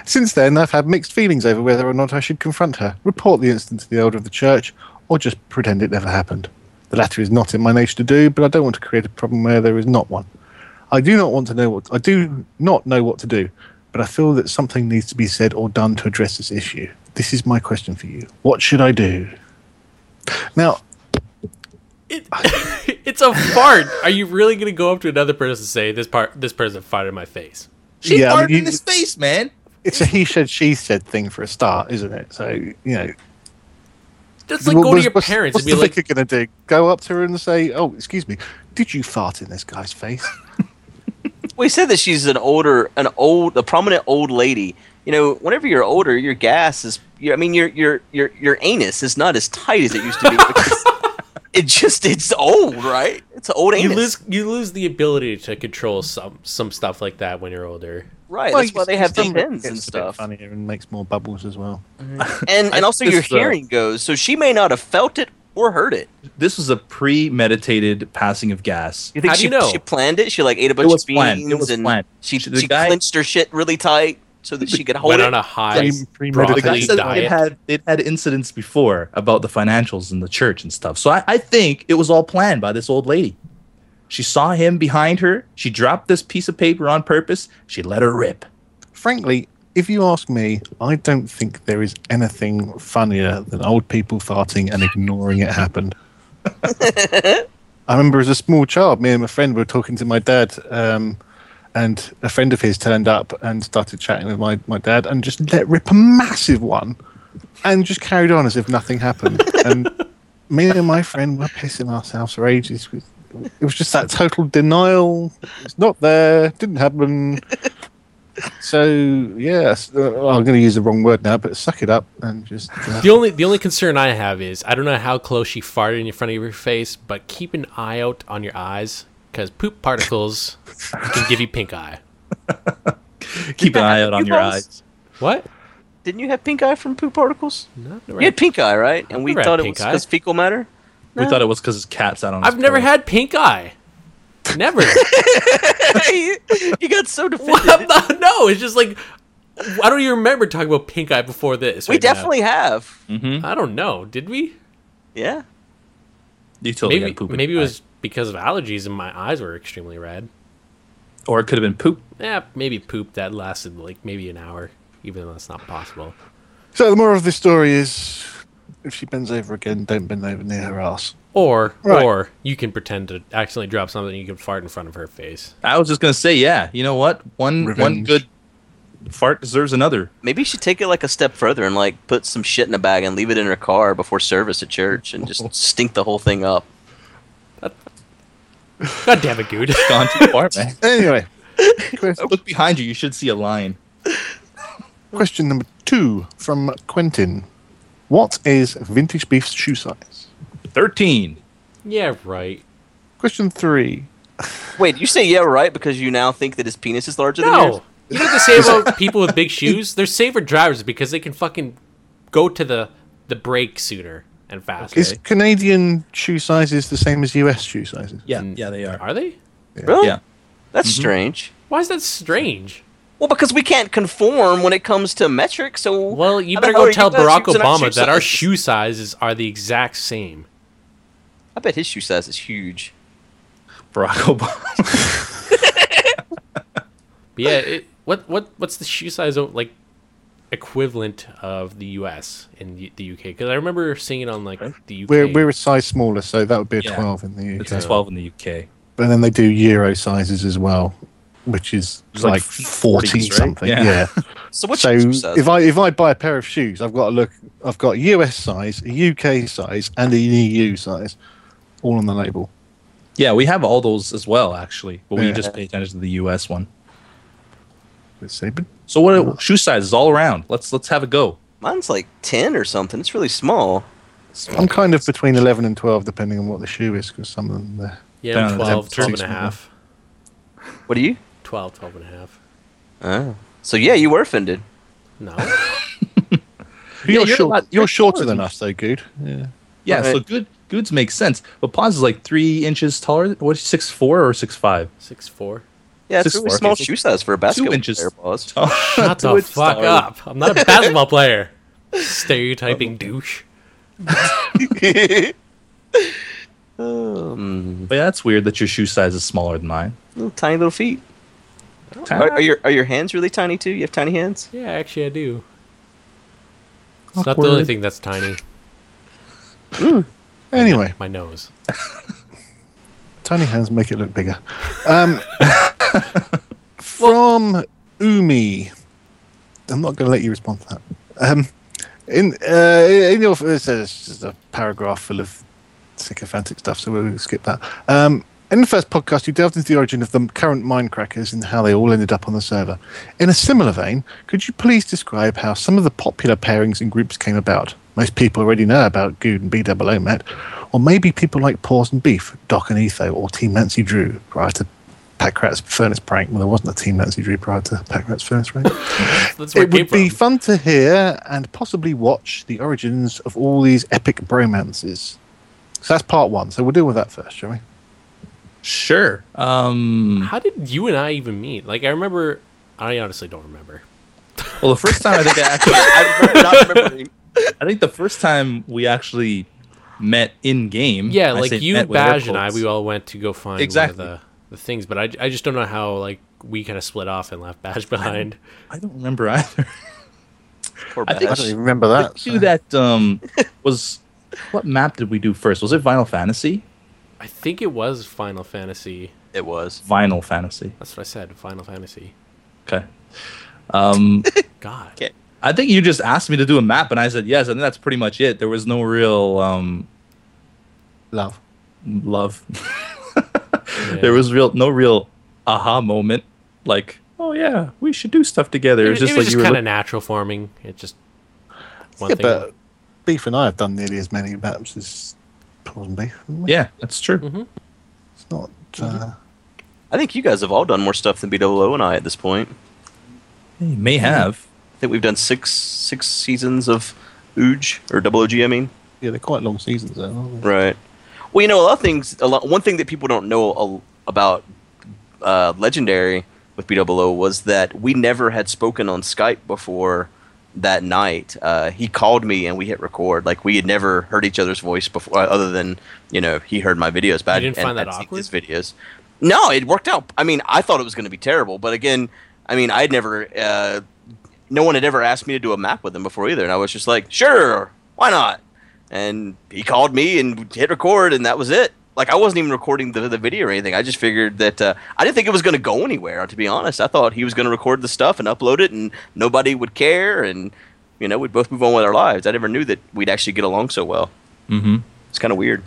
S5: Since then, I've had mixed feelings over whether or not I should confront her, report the incident to the elder of the church, or just pretend it never happened. The latter is not in my nature to do, but I don't want to create a problem where there is not one. I do not want to know what I do not know what to do, but I feel that something needs to be said or done to address this issue. This is my question for you. What should I do? Now,
S4: it, it's a fart. Are you really gonna go up to another person and say this part? This person farted in my face.
S3: She
S5: yeah, I mean,
S3: farted
S5: you-
S3: in his face, man.
S5: it's a he said she said thing for a start, isn't it? So you know,
S4: That's like
S5: What-
S4: go to
S5: what's-
S4: your
S5: what's-
S4: parents
S5: What's
S4: and be
S5: the
S4: like,
S5: vicar going to do? Go up to her and say, "Oh, excuse me, did you fart in this guy's face?"
S2: Well, he said that she's an older, an old, a prominent old lady. You know, whenever you're older, your gas is. you I mean, your your your your anus is not as tight as it used to be. because it just it's old, right? It's an old
S4: you
S2: anus,
S4: lose you lose the ability to control some some stuff like that when you're older.
S2: right? That's why they have the pins and stuff.
S5: Funnier and makes more bubbles as well.
S2: And and also
S3: this
S2: your
S3: is, uh,
S2: hearing goes, so she may not have felt it or heard it.
S3: This was a premeditated passing of gas.
S2: You think
S4: How do
S2: she
S4: you know?
S2: she planned it? She like ate a bunch
S3: was
S2: of
S3: planned.
S2: beans
S3: It was
S2: and
S3: planned.
S2: she
S3: The
S2: she
S3: guy-
S2: clenched her shit really tight so that she could hold
S4: Went
S2: it.
S4: on a high
S5: Pre-
S4: broccoli
S5: premeditated.
S3: The guy said
S4: diet.
S3: it had it had incidents before about the financials and the church and stuff. So I, I think it was all planned by this old lady. She saw him behind her. She dropped this piece of paper on purpose. She let her rip.
S5: Frankly, if you ask me, I don't think there is anything funnier than old people farting and ignoring it happened. I remember as a small child, me and my friend were talking to my dad, um, and a friend of his turned up and started chatting with my, my dad and just let rip a massive one and just carried on as if nothing happened. and me and my friend were pissing ourselves for ages. It was just that total denial. It's not there, didn't happen. So yes, uh, I'm going to use the wrong word now, but suck it up and just. Uh,
S4: The only the only concern I have is I don't know how close she farted in front of your face, but keep an eye out on your eyes because poop particles can give you pink eye.
S3: Keep an eye out on
S2: You
S3: your
S2: guys-
S3: eyes.
S4: What?
S2: Didn't you have pink eye from poop particles?
S4: No,
S2: You had pink eye, right? And we
S4: never had
S2: thought it was
S4: pink eye.
S2: because fecal matter.
S3: We thought it was because his cat's out on. his
S4: I've never
S3: pillow.
S4: had pink eye. Never.
S2: you got so
S4: Well,
S2: defended.
S4: I'm not- no, it's just like I don't even remember talking about pink eye before this.
S2: We
S4: right now.
S2: definitely have.
S4: I don't know. Did we?
S2: Yeah.
S3: You totally
S4: maybe
S3: had poop. in
S4: maybe it
S3: your eye.
S4: was because of allergies and my eyes were extremely red.
S3: or it could have been poop.
S4: Yeah, maybe poop that lasted like maybe an hour, even though that's not possible.
S5: so the moral of this story is, if she bends over again, don't bend over near her ass.
S4: Or
S5: Right.
S4: or you can pretend to accidentally drop something you can fart in front of her face.
S3: I was just gonna say, yeah. You know what? One one
S5: Revenge.
S3: good fart deserves another.
S2: Maybe you should take it like a step further and like put some shit in a bag and leave it in her car before service at church and just stink the whole thing up.
S4: God damn it, dude.
S3: Gone too far, man.
S5: Anyway,
S3: Look behind you. You should see a line.
S5: question number two from Quentin: What is vintage beef's shoe size?
S3: Thirteen.
S4: yeah, right.
S5: Question three:
S2: Wait, you say yeah, right? Because you now think that his penis is larger than yours?
S4: No. You know what they say about people with big shoes? They're safer drivers because they can fucking go to the the brake sooner and faster.
S5: Is Canadian shoe sizes the same as US shoe sizes?
S3: Yeah, yeah, they are.
S4: Are they?
S2: Really?
S3: Yeah.
S4: Mm-hmm.
S2: That's strange.
S4: Why is that strange?
S2: Well, because we can't conform when it comes to metrics, so
S4: Well, you
S2: how the
S4: better
S2: hell
S4: go
S2: are
S4: tell
S2: guys
S4: Barack
S2: using
S4: Obama that our
S2: sizes?
S4: shoe sizes are the exact same.
S2: I bet his shoe size is huge.
S3: Barack Obama.
S4: But yeah, it, what what what's the shoe size of, like equivalent of the U.S. and the- the U.K.? Because I remember seeing it on like the U.K.
S5: We're, we're a size smaller, so that would be a
S3: Yeah.
S5: 12 in the UK.
S3: it's a 12 in the UK.
S5: And then they do Euro sizes as well, which is
S3: It's like
S5: like 40
S3: 40s, right?
S5: something.
S3: Yeah.
S5: yeah.
S2: So what's
S5: so
S2: your shoe size?
S5: if I if I buy a pair of shoes, I've got to look. I've got a US size, a UK size, and an EU size, all on the label.
S3: Yeah, we have all those as well, actually, but we
S5: Yeah.
S3: just pay attention to the US one.
S5: Let's see, but
S3: So what shoe sizes all around? Let's let's have a go.
S2: Mine's like ten or something. It's really small.
S5: I'm kind of between 11 and 12, depending on what the shoe is, because some of them uh, they're
S4: yeah, I'm
S3: down at
S4: 12, 12 and
S5: six
S4: a half.
S2: What are you?
S4: 12, 12 and a half.
S2: Oh. So yeah, you were offended.
S4: No.
S5: you're,
S3: you're
S5: short,
S3: not-
S5: you're
S3: you're
S5: shorter
S3: taller
S5: than
S3: than-
S5: us, though, good. Yeah.
S3: Yeah, so
S2: Right.
S3: good goods makes sense. But Paws is like three inches taller. What six four or six five?
S4: Six, four.
S2: Yeah, it's
S3: Six
S2: a really
S3: four.
S2: small
S3: It's
S2: shoe size for a basketball
S3: inches
S2: player. Boss.
S4: Shut the
S3: Dude,
S4: fuck
S3: sorry.
S4: up. I'm not a basketball player. Stereotyping douche.
S2: Um,
S3: But yeah, that's weird that your shoe size is smaller than mine.
S2: little tiny little feet.
S3: Tiny.
S2: Are, are your are your hands really tiny too? You have tiny hands.
S4: Yeah, actually, I do. It's not the only
S3: Awkward.
S4: thing that's tiny.
S5: Anyway,
S4: My nose.
S5: tiny hands make it look bigger. Um, from Umi, I'm not going to let you respond to that. Um, in uh, in your it says it's just a paragraph full of sycophantic stuff, so we'll skip that. Um, in the first podcast, you delved into the origin of the current Minecrackers and how they all ended up on the server. In a similar vein, could you please describe how some of the popular pairings and groups came about? Most people already know about Good and BWO Matt, or maybe people like Paws and Beef, Doc and Etho, or Team Nancy Drew prior to Pack Rat's Furnace Prank. Well, there wasn't a Team Nancy Drew prior to Pack Rat's Furnace Prank
S4: That's where
S5: it
S4: it came
S5: would be fun
S4: from.
S5: to hear and possibly watch the origins of all these epic bromances. So that's part one. So we'll deal with that first, shall we?
S3: Sure. Um,
S4: How did you and I even meet? Like, I remember. I honestly don't remember.
S3: well, the first time I think I actually,
S2: I remember not remembering.
S3: I think the first time we actually met in game.
S4: Yeah,
S3: I
S4: like
S3: say
S4: you,
S3: met with air
S4: Baj, and I,
S3: quotes.
S4: we all went to go find
S3: Exactly.
S4: one of the, the things, but I, I just don't know how, like, we kind of split off and left Baj behind.
S3: I don't remember either.
S2: Poor
S3: I think-
S5: I
S2: bastard.
S5: don't even remember that.
S3: Do
S5: so-
S3: that um was what map did we do first? Was it Vinyl Fantasy?
S4: I think it was Final Fantasy.
S2: it was.
S3: Vinyl Fantasy.
S4: That's what I said, Final Fantasy.
S3: Okay. Um,
S4: God.
S2: Okay.
S3: I think you just asked me to do a map, and I said yes, and that's pretty much it. There was no real um,
S5: Love.
S3: love.
S4: Yeah.
S3: There was real no real aha moment. Like, oh yeah, we should do stuff together.
S4: it
S3: It
S4: was
S3: was
S4: just,
S3: just like you were.
S4: kind
S3: look-
S4: of natural forming. It just. One
S5: Yeah,
S4: thing
S5: but Beef and I have done nearly as many maps as Paws and Beef. haven't we?
S3: yeah, that's true.
S4: Mm-hmm.
S5: It's not. Uh,
S2: I think you guys have all done more stuff than BWO and I at this point.
S3: You may
S4: Mm-hmm.
S3: have.
S2: I think we've done six six seasons of OOG or Double OG. I mean,
S5: yeah, they're quite long seasons, though, aren't they?
S2: right. Well, you know, a lot of things. A lot. One thing that people don't know a, about uh, Legendary with BWO was that we never had spoken on Skype before that night. Uh, he called me and we hit record. Like we had never heard each other's voice before, uh, other than you know he heard my videos. But
S4: You
S2: I
S4: didn't
S2: and
S4: find that
S2: I'd seen
S4: awkward?
S2: His videos. No, it worked out. I mean, I thought it was going to be terrible, but again, I mean, I'd never. Uh, no one had ever asked me to do a map with him before either, and I was just like, sure, why not? And he called me and hit record, and that was it. Like I wasn't even recording the, the video or anything. I just figured that uh, I didn't think it was going to go anywhere. To be honest, I thought he was going to record the stuff and upload it, and nobody would care, and you know we'd both move on with our lives. I never knew that we'd actually get along so well.
S4: Mm-hmm.
S3: hmm
S2: It's kind of weird.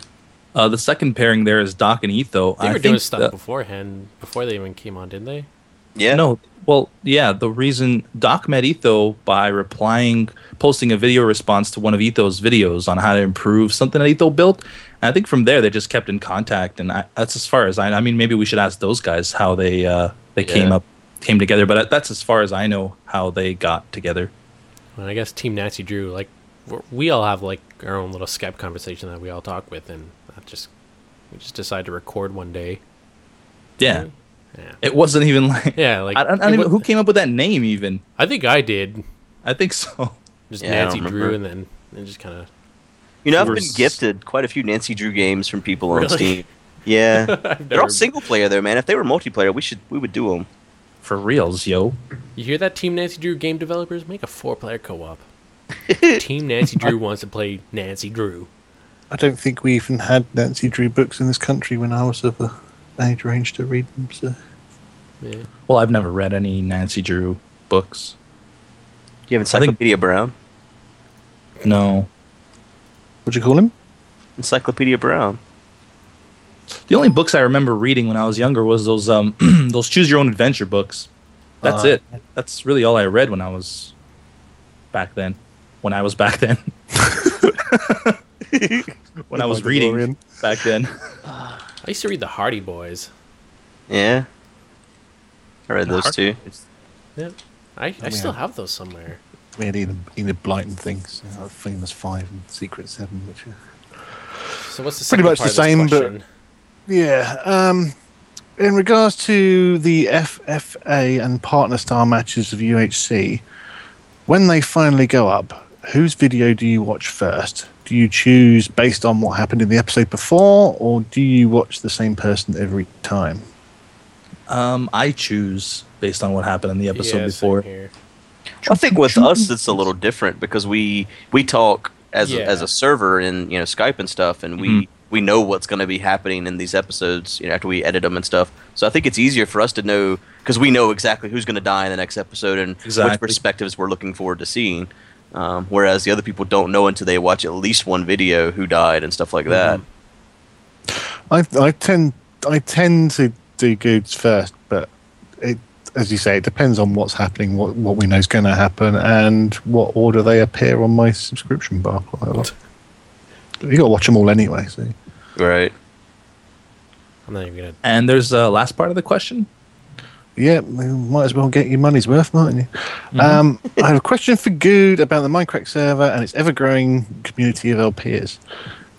S3: Uh, the second pairing there is Doc and Etho.
S4: They
S3: I
S4: were doing
S3: think
S4: stuff
S3: the-
S4: beforehand, before they even came on, didn't they?
S2: Yeah.
S3: No, well, yeah. The reason Doc met Etho by replying, posting a video response to one of Etho's videos on how to improve something that Etho built. And I think from there they just kept in contact, and I, that's as far as I. I mean, maybe we should ask those guys how they uh, they came
S2: Yeah.
S3: up, came together. But that's as far as I know how they got together.
S4: And I guess Team Nancy Drew, like, we're- we all have, like, our own little Skype conversation that we all talk with, and I just. We just decided to record one day.
S3: Yeah, It wasn't even like
S4: Yeah, like
S3: I don't, I
S4: it
S3: don't even,
S4: wa-
S3: who came up with that name even.
S4: I think I did.
S3: I think so.
S4: Just
S2: Yeah, I
S4: Nancy
S2: don't
S4: Drew, and
S2: remember.
S4: then and just kind of
S2: You know, I've
S3: There
S2: been
S3: was-
S2: gifted quite a few Nancy Drew games from people on
S4: Really?
S2: Steam. Yeah, they're
S4: never-
S2: all single player though, man. If they were multiplayer, we should we would do them.
S3: For reals, yo.
S4: You hear that, Team Nancy Drew game developers? Make a four player co op. Team Nancy Drew wants to play Nancy Drew.
S5: I don't think we even had Nancy Drew books in this country when I was of a age range to read them. So
S4: Yeah.
S3: Well, I've never read any Nancy Drew books.
S2: Do you have
S3: I think-
S2: Encyclopedia Brown?
S3: No.
S5: what'd you call him?
S2: Encyclopedia Brown.
S3: The only books I remember reading when I was younger was those um those choose your own adventure books. That's
S5: Uh,
S3: it. That's really all I read when I was back then. When I was back then. when I was reading
S5: Mandalorian.
S3: back then.
S4: I used to read the Hardy Boys.
S2: Yeah, I read those two.
S4: Yeah. I, I
S5: Oh, yeah.
S4: still have those somewhere.
S5: We had Enid, Enid Blyton things, you know, famous five and secret seven, which. Are...
S4: So what's the
S5: Pretty
S4: second
S5: much
S4: part
S5: the
S4: of
S5: same,
S4: this
S5: but-
S4: question?
S5: Yeah. Um, in regards to the FFA and partner star matches of UHC, when they finally go up, whose video do you watch first? Do you choose based on what happened in the episode before, or do you watch the same person every time?
S3: Um I choose based on what happened in the episode
S4: Yeah, same
S3: before.
S4: here.
S2: I think with us it's a little different because we we talk as
S4: Yeah.
S2: a, as a server in you know Skype and stuff, and we
S3: Mhm.
S2: we know what's going to be happening in these episodes you know after we edit them and stuff. So I think it's easier for us to know because we know exactly who's going to die in the next episode and
S3: Exactly.
S2: which perspectives we're looking forward to seeing. Um, whereas the other people don't know until they watch at least one video who died and stuff like that.
S3: Mm-hmm.
S5: I, I tend I tend to do goods first, but it, as you say, it depends on what's happening, what what we know is going to happen, and what order they appear on my subscription bar. quite a lot. You got to watch them all anyway. So
S2: Right.
S4: I'm not even going to.
S3: And there's a last part of the question.
S5: yeah, you might as well get your money's worth, mightn't you? Um, I have a question for Good about the Minecraft server and its ever-growing community of LPs.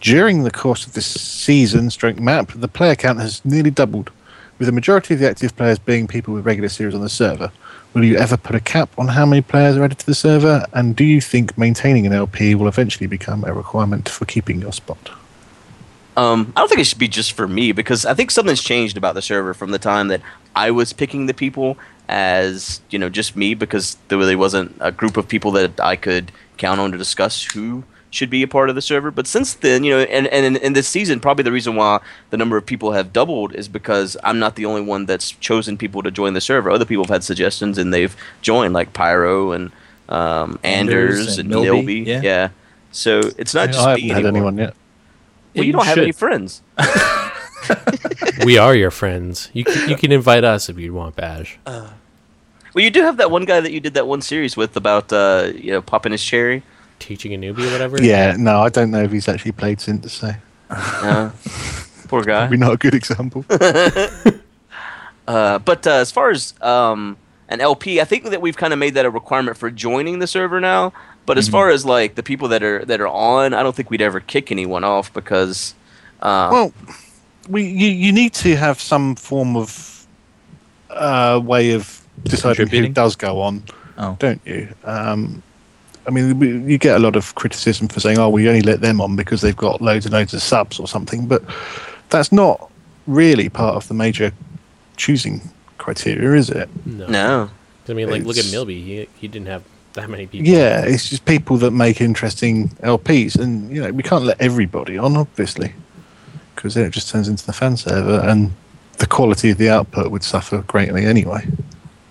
S5: During the course of this season, stroke map, the player count has nearly doubled, with the majority of the active players being people with regular series on the server. Will you ever put a cap on how many players are added to the server? And do you think maintaining an LP will eventually become a requirement for keeping your spot?
S2: Um, I don't think it should be just for me because I think something's changed about the server from the time that I was picking the people as you know just me because there really wasn't a group of people that I could count on to discuss who should be a part of the server. But since then, you know, and and in, in this season, probably the reason why the number of people have doubled is because I'm not the only one that's chosen people to join the server. Other people have had suggestions and they've joined, like Pyro and um,
S3: Anders
S2: Anders,
S3: and
S2: and,
S3: Milby,
S2: Milby.
S3: yeah.
S2: Yeah. So it's not
S5: I
S2: just
S5: haven't
S2: me
S5: had
S2: anymore.
S5: anyone yet.
S2: Well,
S3: You
S2: you don't have
S3: should.
S2: any friends.
S4: We are your friends. You can, you can invite us if you want, Bash.
S2: Well, you do have that one guy that you did that one series with about uh, you know popping his cherry.
S4: Teaching a newbie or whatever.
S5: Yeah, no, I don't know if he's actually played since, so
S2: Uh, poor guy.
S5: probably not a good example.
S2: Uh, but uh, as far as um, an LP, I think that we've kind of made that a requirement for joining the server now. But as far as like the people that are that are on, I don't think we'd ever kick anyone off because uh,
S5: Well, we you, you need to have some form of uh, way of deciding who
S3: Contributing?
S5: does go on,
S3: Oh.
S5: don't you? Um, I mean, we- you get a lot of criticism for saying, "Oh, we only let them on because they've got loads and loads of subs or something," but that's not really part of the major choosing criteria, is it?
S4: No.
S2: no,
S4: I mean, like, look at
S5: It's-
S4: Milby. He, he didn't have that many people.
S5: Yeah, it's just people that make interesting LPs, and you know we can't let everybody on, obviously, because then it just turns into the fan server, and the quality of the output would suffer greatly anyway.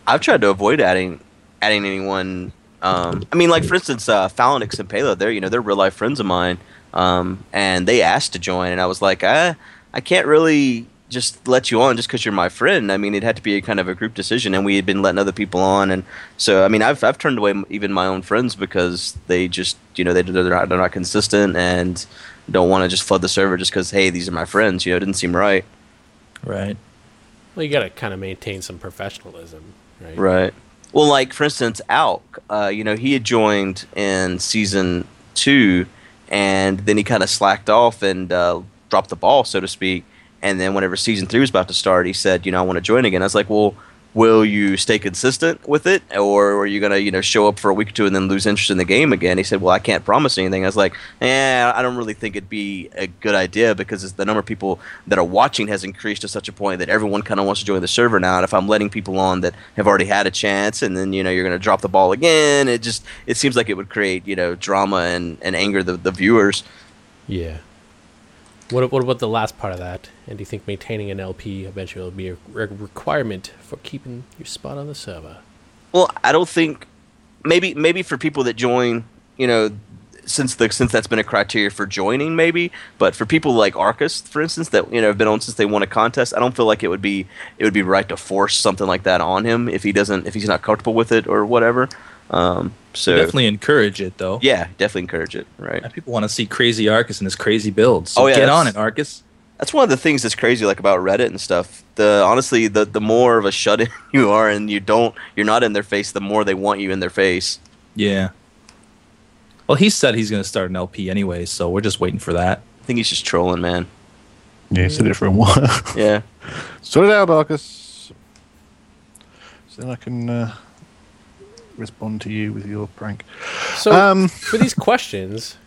S2: I've tried to avoid adding adding anyone. Um, I mean, like for instance, uh, Phalanx and Pela, they're you know they're real life friends of mine, um, and they asked to join, and I was like, I I can't really just let you on just because you're my friend. I mean, it had to be a kind of a group decision, and we had been letting other people on, and so I mean, I've I've turned away m- even my own friends because they just you know they they're not, they're not consistent and don't want to just flood the server just because hey these are my friends you know it didn't seem right
S3: Right.
S4: Well, you got to kind of maintain some professionalism, right?
S2: Right. Well, like for instance, Alk, uh, you know, he had joined in season two, and then he kind of slacked off and uh, dropped the ball, so to speak. And then whenever season three was about to start, he said, you know, I want to join again. I was like, well, will you stay consistent with it, or are you gonna, you know, show up for a week or two and then lose interest in the game again? He said, well, I can't promise anything. I was like, eh, I don't really think it'd be a good idea because it's the number of people that are watching has increased to such a point that everyone kind of wants to join the server now. And if I'm letting people on that have already had a chance, and then you know you're gonna drop the ball again, it just it seems like it would create you know drama and and anger the the viewers.
S4: Yeah. What, what about the last part of that? And do you think maintaining an LP eventually will be a re- requirement for keeping your spot on the server?
S2: Well, I don't think maybe maybe for people that join, you know, since the since that's been a criteria for joining, maybe. But for people like Arcus, for instance, that you know have been on since they won a contest, I don't feel like it would be it would be right to force something like that on him if he doesn't if he's not comfortable with it or whatever. Um, so
S3: Definitely encourage it though.
S2: yeah, definitely encourage it. Right.
S3: And People want to see crazy Arcus and his crazy builds. So
S2: Oh, yeah,
S3: get on
S2: that's-
S3: it, Arcus.
S2: that's one of the things that's crazy like about reddit and stuff the honestly the, the more of a shut-in you are and you don't you're not in their face the more they want you in their face
S3: Yeah. Well, he said he's going to start an LP anyway, so we're just waiting for that.
S2: i think he's just trolling man
S5: Yeah, he said it for a while.
S2: yeah
S5: sort it out, Arcus. So then I can uh, respond to you with your prank.
S4: So
S5: Um.
S4: for these questions,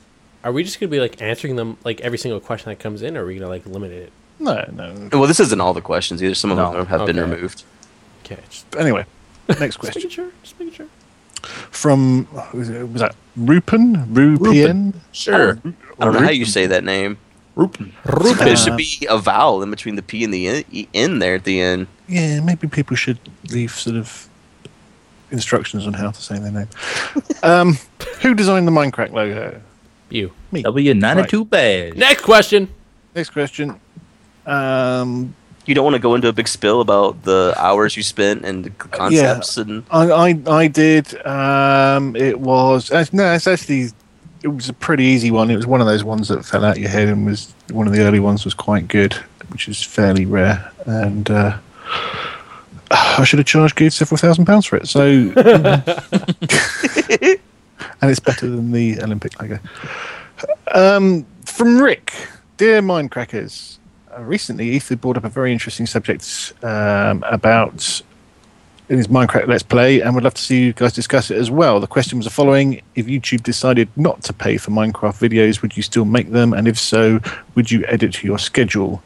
S4: are we just gonna be like answering them like every single question that comes in, or are we gonna like limit it?
S5: No, no.
S2: well this isn't all the questions either some of
S3: No.
S2: them have been
S4: Okay.
S2: removed
S4: Okay, just,
S5: Anyway, next
S4: just
S5: question
S4: making sure. Just making sure.
S5: from was it- was that Rupin? Rupien?
S3: Sure.
S2: i don't know how you say that name
S3: Rupin.
S2: there should be a vowel in between the p and the E- n there at the end
S5: Yeah, maybe people should leave sort of instructions on how to say their name. um, who designed the Minecraft logo?
S4: You.
S3: W92 badge.
S4: Next question.
S5: Next question. Um,
S2: you don't want to go into a big spill about the hours you spent and the c- concepts and
S5: I, I, I did. Um, it was uh, no, it's actually it was a pretty easy one. It was one of those ones that fell out your head and was one of the early ones was quite good, which is fairly rare. And uh, I should have charged Good several thousand pounds for it. So, and it's better than the Olympic logo. Um, from Rick, dear Minecrackers. Uh, recently, Ether brought up a very interesting subject um, about in his Minecraft Let's Play, and would love to see you guys discuss it as well. The question was the following If YouTube decided not to pay for Minecraft videos, would you still make them? And if so, would you edit to your schedule?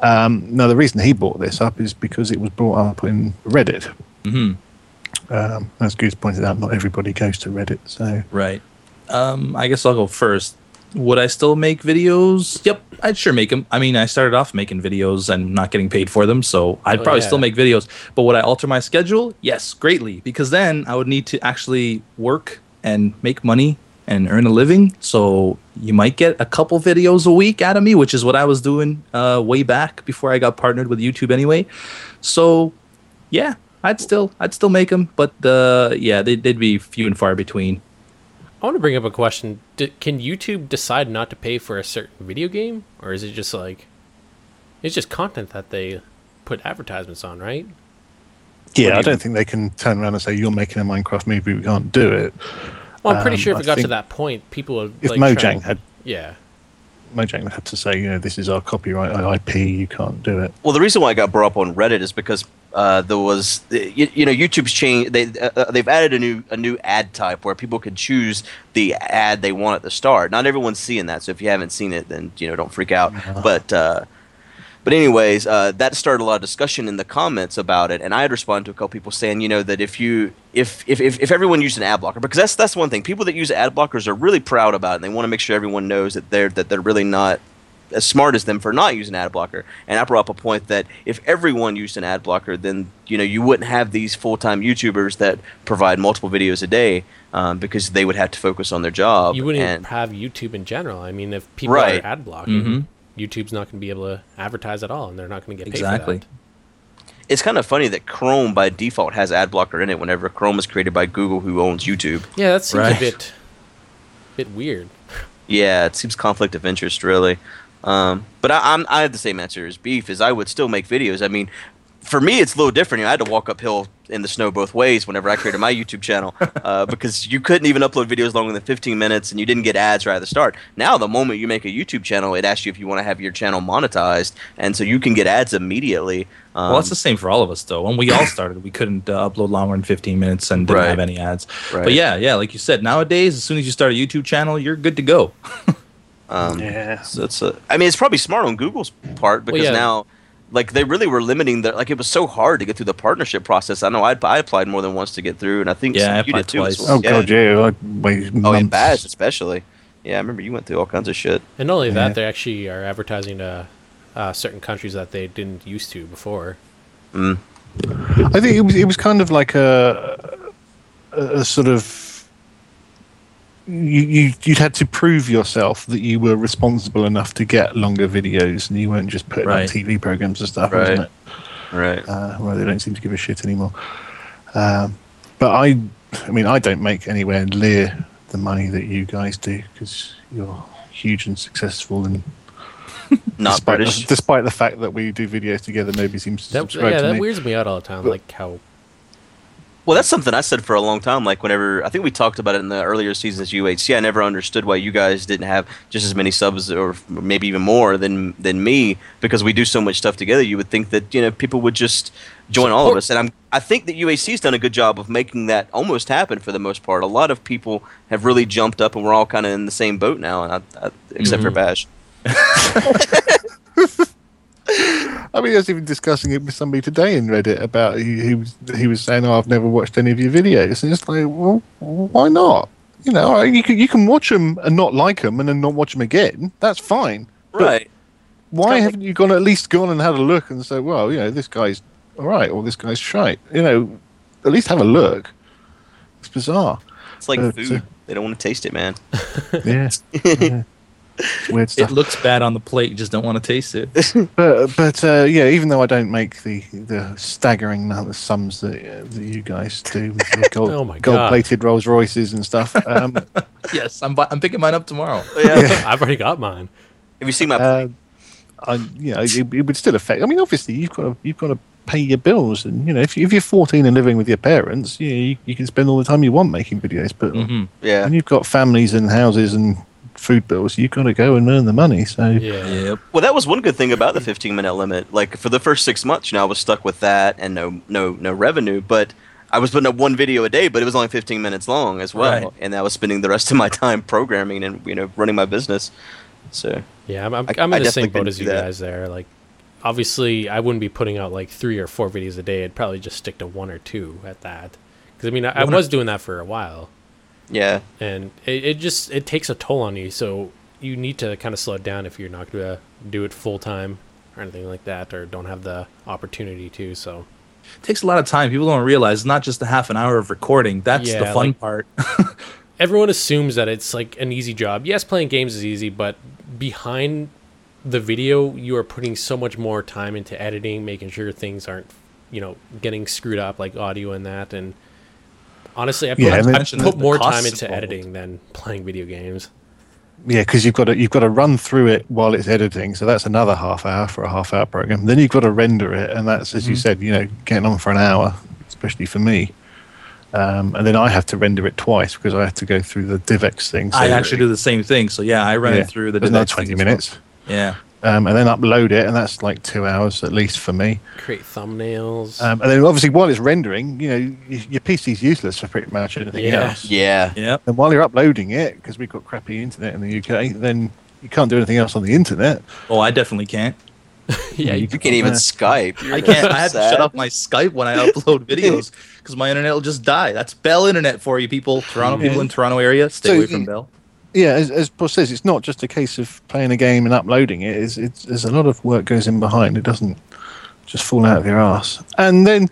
S5: Um, now, the reason he brought this up is because it was brought up in Reddit. Mm-hmm.
S3: hmm
S5: Um, as Goose pointed out, not everybody goes to Reddit, so
S3: Right. Um, I guess I'll go first. Would I still make videos? Yep, I'd sure make them. I mean, I started off making videos and not getting paid for them, so I'd
S4: Oh,
S3: probably
S4: yeah.
S3: still make videos. But would I alter my schedule? Yes, greatly, because then I would need to actually work and make money and earn a living. So you might get a couple videos a week out of me, which is what I was doing uh, way back before I got partnered with YouTube anyway. So yeah, I'd still I'd still make them, but uh, yeah, they, they'd be few and far between.
S4: I want to bring up a question. D- can YouTube decide not to pay for a certain video game, or is it just like it's just content that they put advertisements on, right?
S5: yeah, I don't think they can turn around and say, You're making a Minecraft movie, we can't do it.
S4: Well, I'm pretty
S5: Um,
S4: sure if
S5: I
S4: it got to
S5: think-
S4: that point, people would
S5: If
S4: like,
S5: Mojang
S4: try-
S5: had
S4: yeah.
S5: Mojang would have to say, You know, this is our copyright IP, you can't do it.
S2: Well, the reason why I got brought up on Reddit is because uh, there was, you, you know, YouTube's changed. They uh, they've added a new a new ad type where people can choose the ad they want at the start. Not everyone's seeing that, so if you haven't seen it, then you know, don't freak out. But uh, but anyways, uh, that started a lot of discussion in the comments about it, and I had responded to a couple people saying, you know, that if you if if if, if everyone used an ad blocker, because that's that's one thing. People that use ad blockers are really proud about it, and they want to make sure everyone knows that they're that they're really not as smart as them for not using ad blocker. And I brought up a point that if everyone used an ad blocker, then you know you wouldn't have these full time YouTubers that provide multiple videos a day um, because they would have to focus on their job.
S4: You wouldn't
S2: Oh, and-
S4: have YouTube in general. I mean, if people
S2: Right.
S4: are ad blocking,
S3: Mhm.
S4: YouTube's not going to be able to advertise at all, and they're not going to get paid
S3: Exactly.
S4: For that.
S2: it's kind of funny that Chrome by default has ad blocker in it whenever Chrome was created by Google, who owns YouTube.
S4: Yeah, that seems
S3: Right.
S4: a bit, bit weird.
S2: Yeah, it seems conflict of interest, really. Um, but I, I'm I have the same answer as Beef is I would still make videos. I mean, for me, it's a little different. You know, I had to walk uphill in the snow both ways whenever I created my YouTube channel uh, because you couldn't even upload videos longer than 15 minutes and you didn't get ads right at the start. Now, the moment you make a YouTube channel, it asks you if you want to have your channel monetized, and so you can get ads immediately. Um,
S3: well, that's the same for all of us, though. When we all started, we couldn't uh, upload longer than 15 minutes and didn't
S2: Right.
S3: have any ads.
S2: Right.
S3: But yeah, yeah, like you said, nowadays, as soon as you start a YouTube channel, you're good to go.
S2: um,
S5: Yeah.
S2: So it's a, I mean, it's probably smart on Google's part because
S4: yeah.
S2: now, like, they really were limiting the, like, it was so hard to get through the partnership process. I know I, I applied more than once to get through, and I think
S3: Yeah, I
S2: some- you
S3: applied
S2: did too. as
S3: twice.
S2: well.
S5: Oh god, yeah. I wait
S2: Oh, and
S5: months.
S2: Baz, especially. Yeah, I remember you went through all kinds of shit.
S4: And not only
S5: Yeah.
S4: that, they actually are advertising to uh, certain countries that they didn't used to before.
S5: I think it was it was kind of like a a, a sort of you, you you'd had to prove yourself that you were responsible enough to get longer videos, and you weren't just putting
S3: Right.
S5: up TV programs and stuff,
S2: Right.
S5: wasn't it?
S2: Right.
S5: Uh, well, they don't seem to give a shit anymore. Um, but I, I mean, I don't make anywhere near the money that you guys do because you're huge and successful and
S2: Not
S5: despite,
S2: British.
S5: The, despite the fact that we do videos together nobody seems to
S4: That,
S5: subscribe
S4: yeah,
S5: to
S4: that
S5: me
S4: weirds me out all the time. like how
S2: Well, that's something I said for a long time. Like whenever I think we talked about it in the earlier seasons of UHC, I never understood why you guys didn't have just as many subs or maybe even more than than me because we do so much stuff together. You would think that you know people would just join all of us, and I'm I think that UAC's done a good job of making that almost happen for the most part. A lot of people have really jumped up, and we're all kind of in the same boat now, and I, I, except for Bash.
S5: I mean I was even discussing it with somebody today in Reddit about he, he was he was saying oh I've never watched any of your videos and it's like well why not you know I- you can, you can watch them and not like them and then not watch them again that's fine But
S2: Right.
S5: why
S2: kinda
S5: haven't you gone at least gone and had a look and said well you know this guy's all right or this guy's shite you know at least have a look it's bizarre
S2: It's like
S5: Uh,
S2: food.
S5: so-
S2: They don't want to taste it, man.
S5: yeah, yeah. It's weird stuff
S3: it looks bad on the plate. You just don't want to taste it.
S5: But but uh, yeah, even though I don't make the the staggering amount of sums that, uh, that you guys do with your gold,
S4: Oh my God.
S5: gold plated Rolls Royces and stuff, um,
S3: yes, I'm, bu- I'm picking mine up tomorrow.
S2: yeah.
S4: I've already got mine.
S2: Have you seen my?
S5: uh, I you know it, it would still affect. I mean, obviously you've got to you've got to pay your bills, and you know if, you, if you're 14 and living with your parents, you, you you can spend all the time you want making videos. But
S3: hmm
S2: yeah.
S5: when you've got families and houses and food bills, you've got to go and earn the money. So
S4: Yeah.
S3: Yep.
S2: Well, that was one good thing about the 15 minute limit. Like for the first six months, you know, I was stuck with that and no, no, no revenue. But I was putting up one video a day, but it was only 15 minutes long as well,
S3: Right.
S2: and I was spending the rest of my time programming and you know running my business. So
S4: Yeah, I'm, I'm,
S2: I-
S4: I'm
S2: I
S4: in the same
S2: definitely
S4: boat
S2: couldn't
S4: as
S2: do
S4: you
S2: that.
S4: guys there. Like, obviously, I wouldn't be putting out like three or four videos a day. I'd probably just stick to one or two at that. Because I mean, I, I was doing that for a while,
S2: yeah,
S4: and it, it just it takes a toll on you. So you need to kind of slow it down if you're not gonna do it full time or anything like that, or don't have the opportunity to. So
S3: takes a lot of time. People don't realize it's not just a half an hour of recording. That's the
S4: Yeah,
S3: fun
S4: like-
S3: part.
S4: everyone assumes that it's like an easy job. Yes, playing games is easy, but behind the video, you are putting so much more time into editing, making sure things aren't, you know, getting screwed up like audio and that. And honestly, I put,
S5: Yeah, and then-
S4: I
S3: Mention
S4: put
S3: the
S4: more
S3: costs
S4: time into
S3: involved.
S4: editing than playing video games.
S5: Yeah, because you've got to you've got to run through it while it's editing, so that's another half hour for a half hour program. Then you've got to render it, and that's as you
S3: Mm.
S5: said, you know, getting on for an hour, especially for me. Um, and then I have to render it twice because I have to go through the DivX thing.
S3: I actually do the same thing. So yeah, I run it through the
S5: another
S3: Divex
S5: twenty
S3: thing as well.
S5: minutes,
S3: Yeah.
S5: um, and then upload it, and that's like two hours at least for me.
S4: Create thumbnails.
S5: Um, and then obviously while it's rendering, you know, y- your PC's useless for pretty much anything
S4: Yeah.
S5: else.
S2: yeah,
S3: Yep.
S5: And while you're uploading it, because we've got crappy internet in the UK, then you can't do anything else on the internet.
S3: Oh, I definitely can't.
S4: yeah, you,
S2: You can't even
S5: Yeah.
S2: Skype. You're
S3: I can't. I had to
S2: sad.
S3: shut off my Skype when I upload videos because my internet will just die. That's Bell internet for you people.
S2: Mm-hmm.
S3: Toronto people in Toronto area, stay
S5: So
S3: away
S5: you-
S3: from Bell.
S5: yeah, as, as Paul says, it's not just a case of playing a game and uploading it. It's, it's, there's a lot of work goes in behind. It doesn't just fall out of your ass. And then,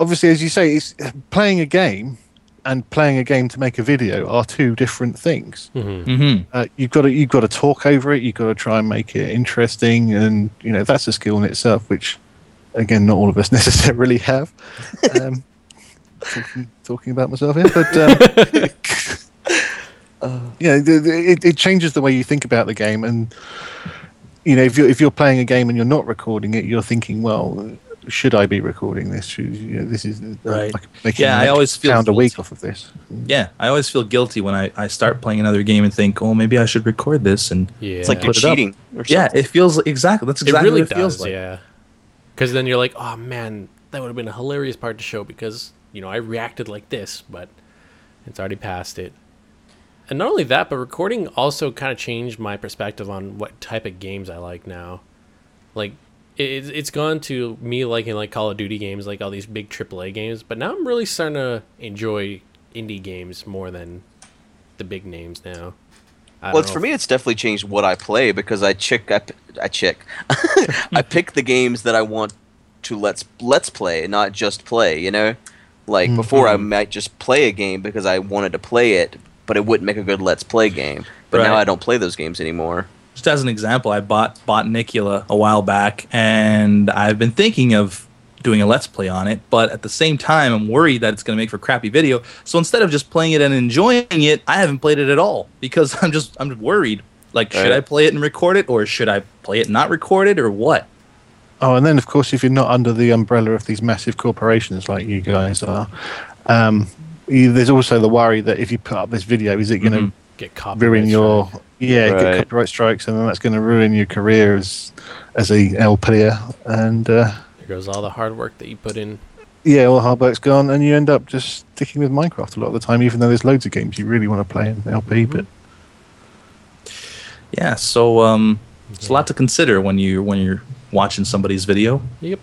S5: obviously, as you say, it's playing a game and playing a game to make a video are two different things.
S3: Mm-hmm.
S5: Uh, you've got to you've got to talk over it. You've got to try and make it interesting, and you know that's a skill in itself, which again, not all of us necessarily have. Um, talking, talking about myself here, but um,
S3: Uh.
S5: yeah, the, the, it, it changes the way you think about the game, and you know if you're if you're playing a game and you're not recording it, you're thinking, well, should I be recording this? Should- you know, this is
S3: Right.
S5: I could make
S3: Yeah, I
S5: like
S3: always feel
S5: pound a week
S3: guilty.
S5: off of this.
S3: Yeah, I always feel guilty when I, I start playing another game and think, oh, maybe I should record this. And
S4: Yeah.
S2: It's like you're
S3: Put it up.
S2: cheating. Or something.
S3: yeah, it feels exactly that's
S4: it
S3: exactly
S4: really
S3: what it feels
S4: does,
S3: like.
S4: yeah. Because then you're like, oh man, that would have been a hilarious part to show because you know I reacted like this, but it's already past it. And not only that, but recording also kind of changed my perspective on what type of games I like now. Like, it, it's- it's gone to me liking like Call of Duty games, like all these big AAA games. But now I'm really starting to enjoy indie games more than the big names now.
S2: Well,
S4: I don't
S2: it's,
S4: know
S2: for
S4: if-
S2: me, it's definitely changed what I play because I check, I, p- I check, I pick the games that I want to let's let's play, not just play. You know, like before I might just play a game because I wanted to play it, but it wouldn't make a good let's play game. But now
S3: Right.
S2: I don't play those games anymore.
S3: Just as an example, I bought bought Nicula a while back, and I've been thinking of doing a let's play on it, but at the same time, I'm worried that it's going to make for crappy video. So instead of just playing it and enjoying it, I haven't played it at all because I'm just I'm worried. Like, should
S2: Right.
S3: I play it and record it, or should I play it and not record it, or what?
S5: Oh, and then of course, if you're not under the umbrella of these massive corporations like you guys are, um, you, there's also the worry that if you put up this video, is it going to
S4: get Mm-hmm. copyright
S5: ruin your
S4: strike.
S5: yeah
S2: Right.
S5: get copyright strikes, and then that's going to ruin your career as as a L player, and uh,
S4: There goes all the hard work that you put in.
S5: yeah, all the hard work's gone, and you end up just sticking with Minecraft a lot of the time, even though there's loads of games you really want to play in LP,
S4: Mm-hmm.
S5: but.
S3: Yeah. So um, it's a lot to consider when you when you're watching somebody's video.
S4: Yep.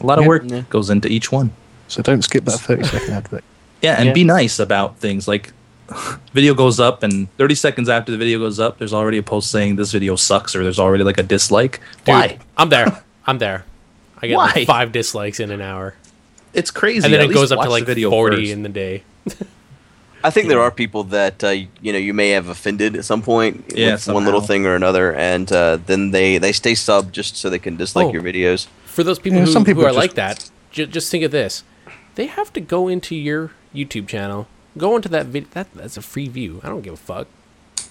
S3: A lot of
S5: Yeah.
S3: work
S2: Yeah.
S3: goes into each one.
S5: So don't skip that 30 second advert.
S3: Yeah, and
S2: Yeah.
S3: be nice about things. Like, video goes up, and 30 seconds after the video goes up, there's already a post saying this video sucks, or there's already like a dislike.
S4: Dude,
S3: Why?
S4: I'm there. I'm there. I get
S3: Why?
S4: like five dislikes in an hour,
S3: It's crazy.
S4: and then
S3: At
S4: it
S3: least
S4: goes up
S3: watch
S4: to
S3: the
S4: like
S3: video
S4: forty
S3: first.
S4: in the day.
S2: I think there are people that uh, you know you may have offended at some point
S3: Yeah,
S2: with one little
S3: somehow.
S2: thing or another, and uh, then they they stay sub just so they can dislike
S4: Oh.
S2: your videos.
S4: For those people
S5: Yeah,
S4: who,
S5: some people
S4: who are
S5: just-
S4: like that, ju- just think of this: they have to go into your YouTube channel, go into that video. That that's a free view. I don't give a fuck.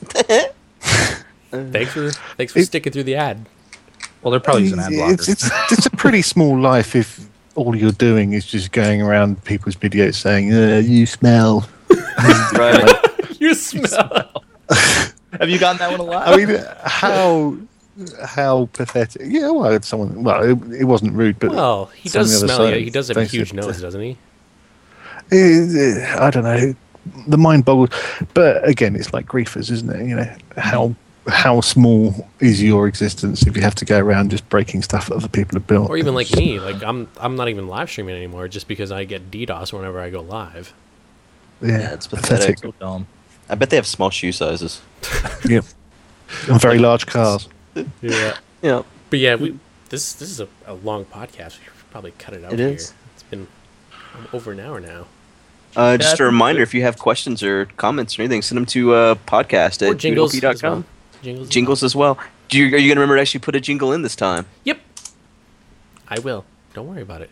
S4: thanks for thanks for
S5: It-
S4: sticking through the ad.
S3: Well, they're probably using ad blocker.
S5: It's, it's, it's a pretty small life if all you're doing is just going around people's videos saying, uh, you smell.
S2: Right.
S4: You smell.
S3: Have you gotten that one a lot?
S5: I mean, how how pathetic. Yeah, well, it's someone, well, it, it wasn't rude, but
S4: Well, he
S5: It's on
S4: does
S5: the other
S4: smell. Yeah,
S5: side.
S4: he does have a
S5: Thanks,
S4: huge
S5: it-
S4: nose, doesn't he?
S5: it- it- I don't know. The mind boggles. But again, it's like griefers, isn't it? You know, how how small is your existence if you have to go around just breaking stuff that other people have built?
S4: Or even like me, like I'm I'm not even live streaming anymore just because I get DDoS whenever I go live.
S5: yeah,
S2: That's pathetic.
S3: So dumb.
S2: I bet they have small shoe sizes.
S5: Yep. And very large cars.
S4: Yeah.
S2: Yeah.
S4: But yeah, we this this is a, a long podcast. We should probably cut it out
S2: It
S4: here.
S2: is.
S4: It's been over an hour now.
S2: Uh,
S3: Yeah, I
S2: just
S3: think
S2: a reminder, if you have questions or comments or anything, send them to uh, podcast
S4: Or
S2: at
S4: jingles.
S2: jingles.com.
S4: As well. Jingles. as
S2: Jingles as well. Do you, are you going to remember to actually put a jingle in this time?
S4: well. Yep. I will. Don't worry about it.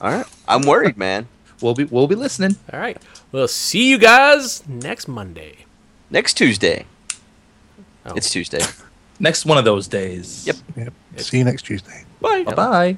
S2: All right. I'm worried, man.
S3: We'll be we'll be listening.
S4: All right. We'll see you guys next Monday.
S2: Next Tuesday.
S4: Oh,
S2: It's Tuesday.
S3: Next one of those days.
S2: Yep.
S5: Yep. See you next Tuesday.
S4: bye.
S3: Bye bye.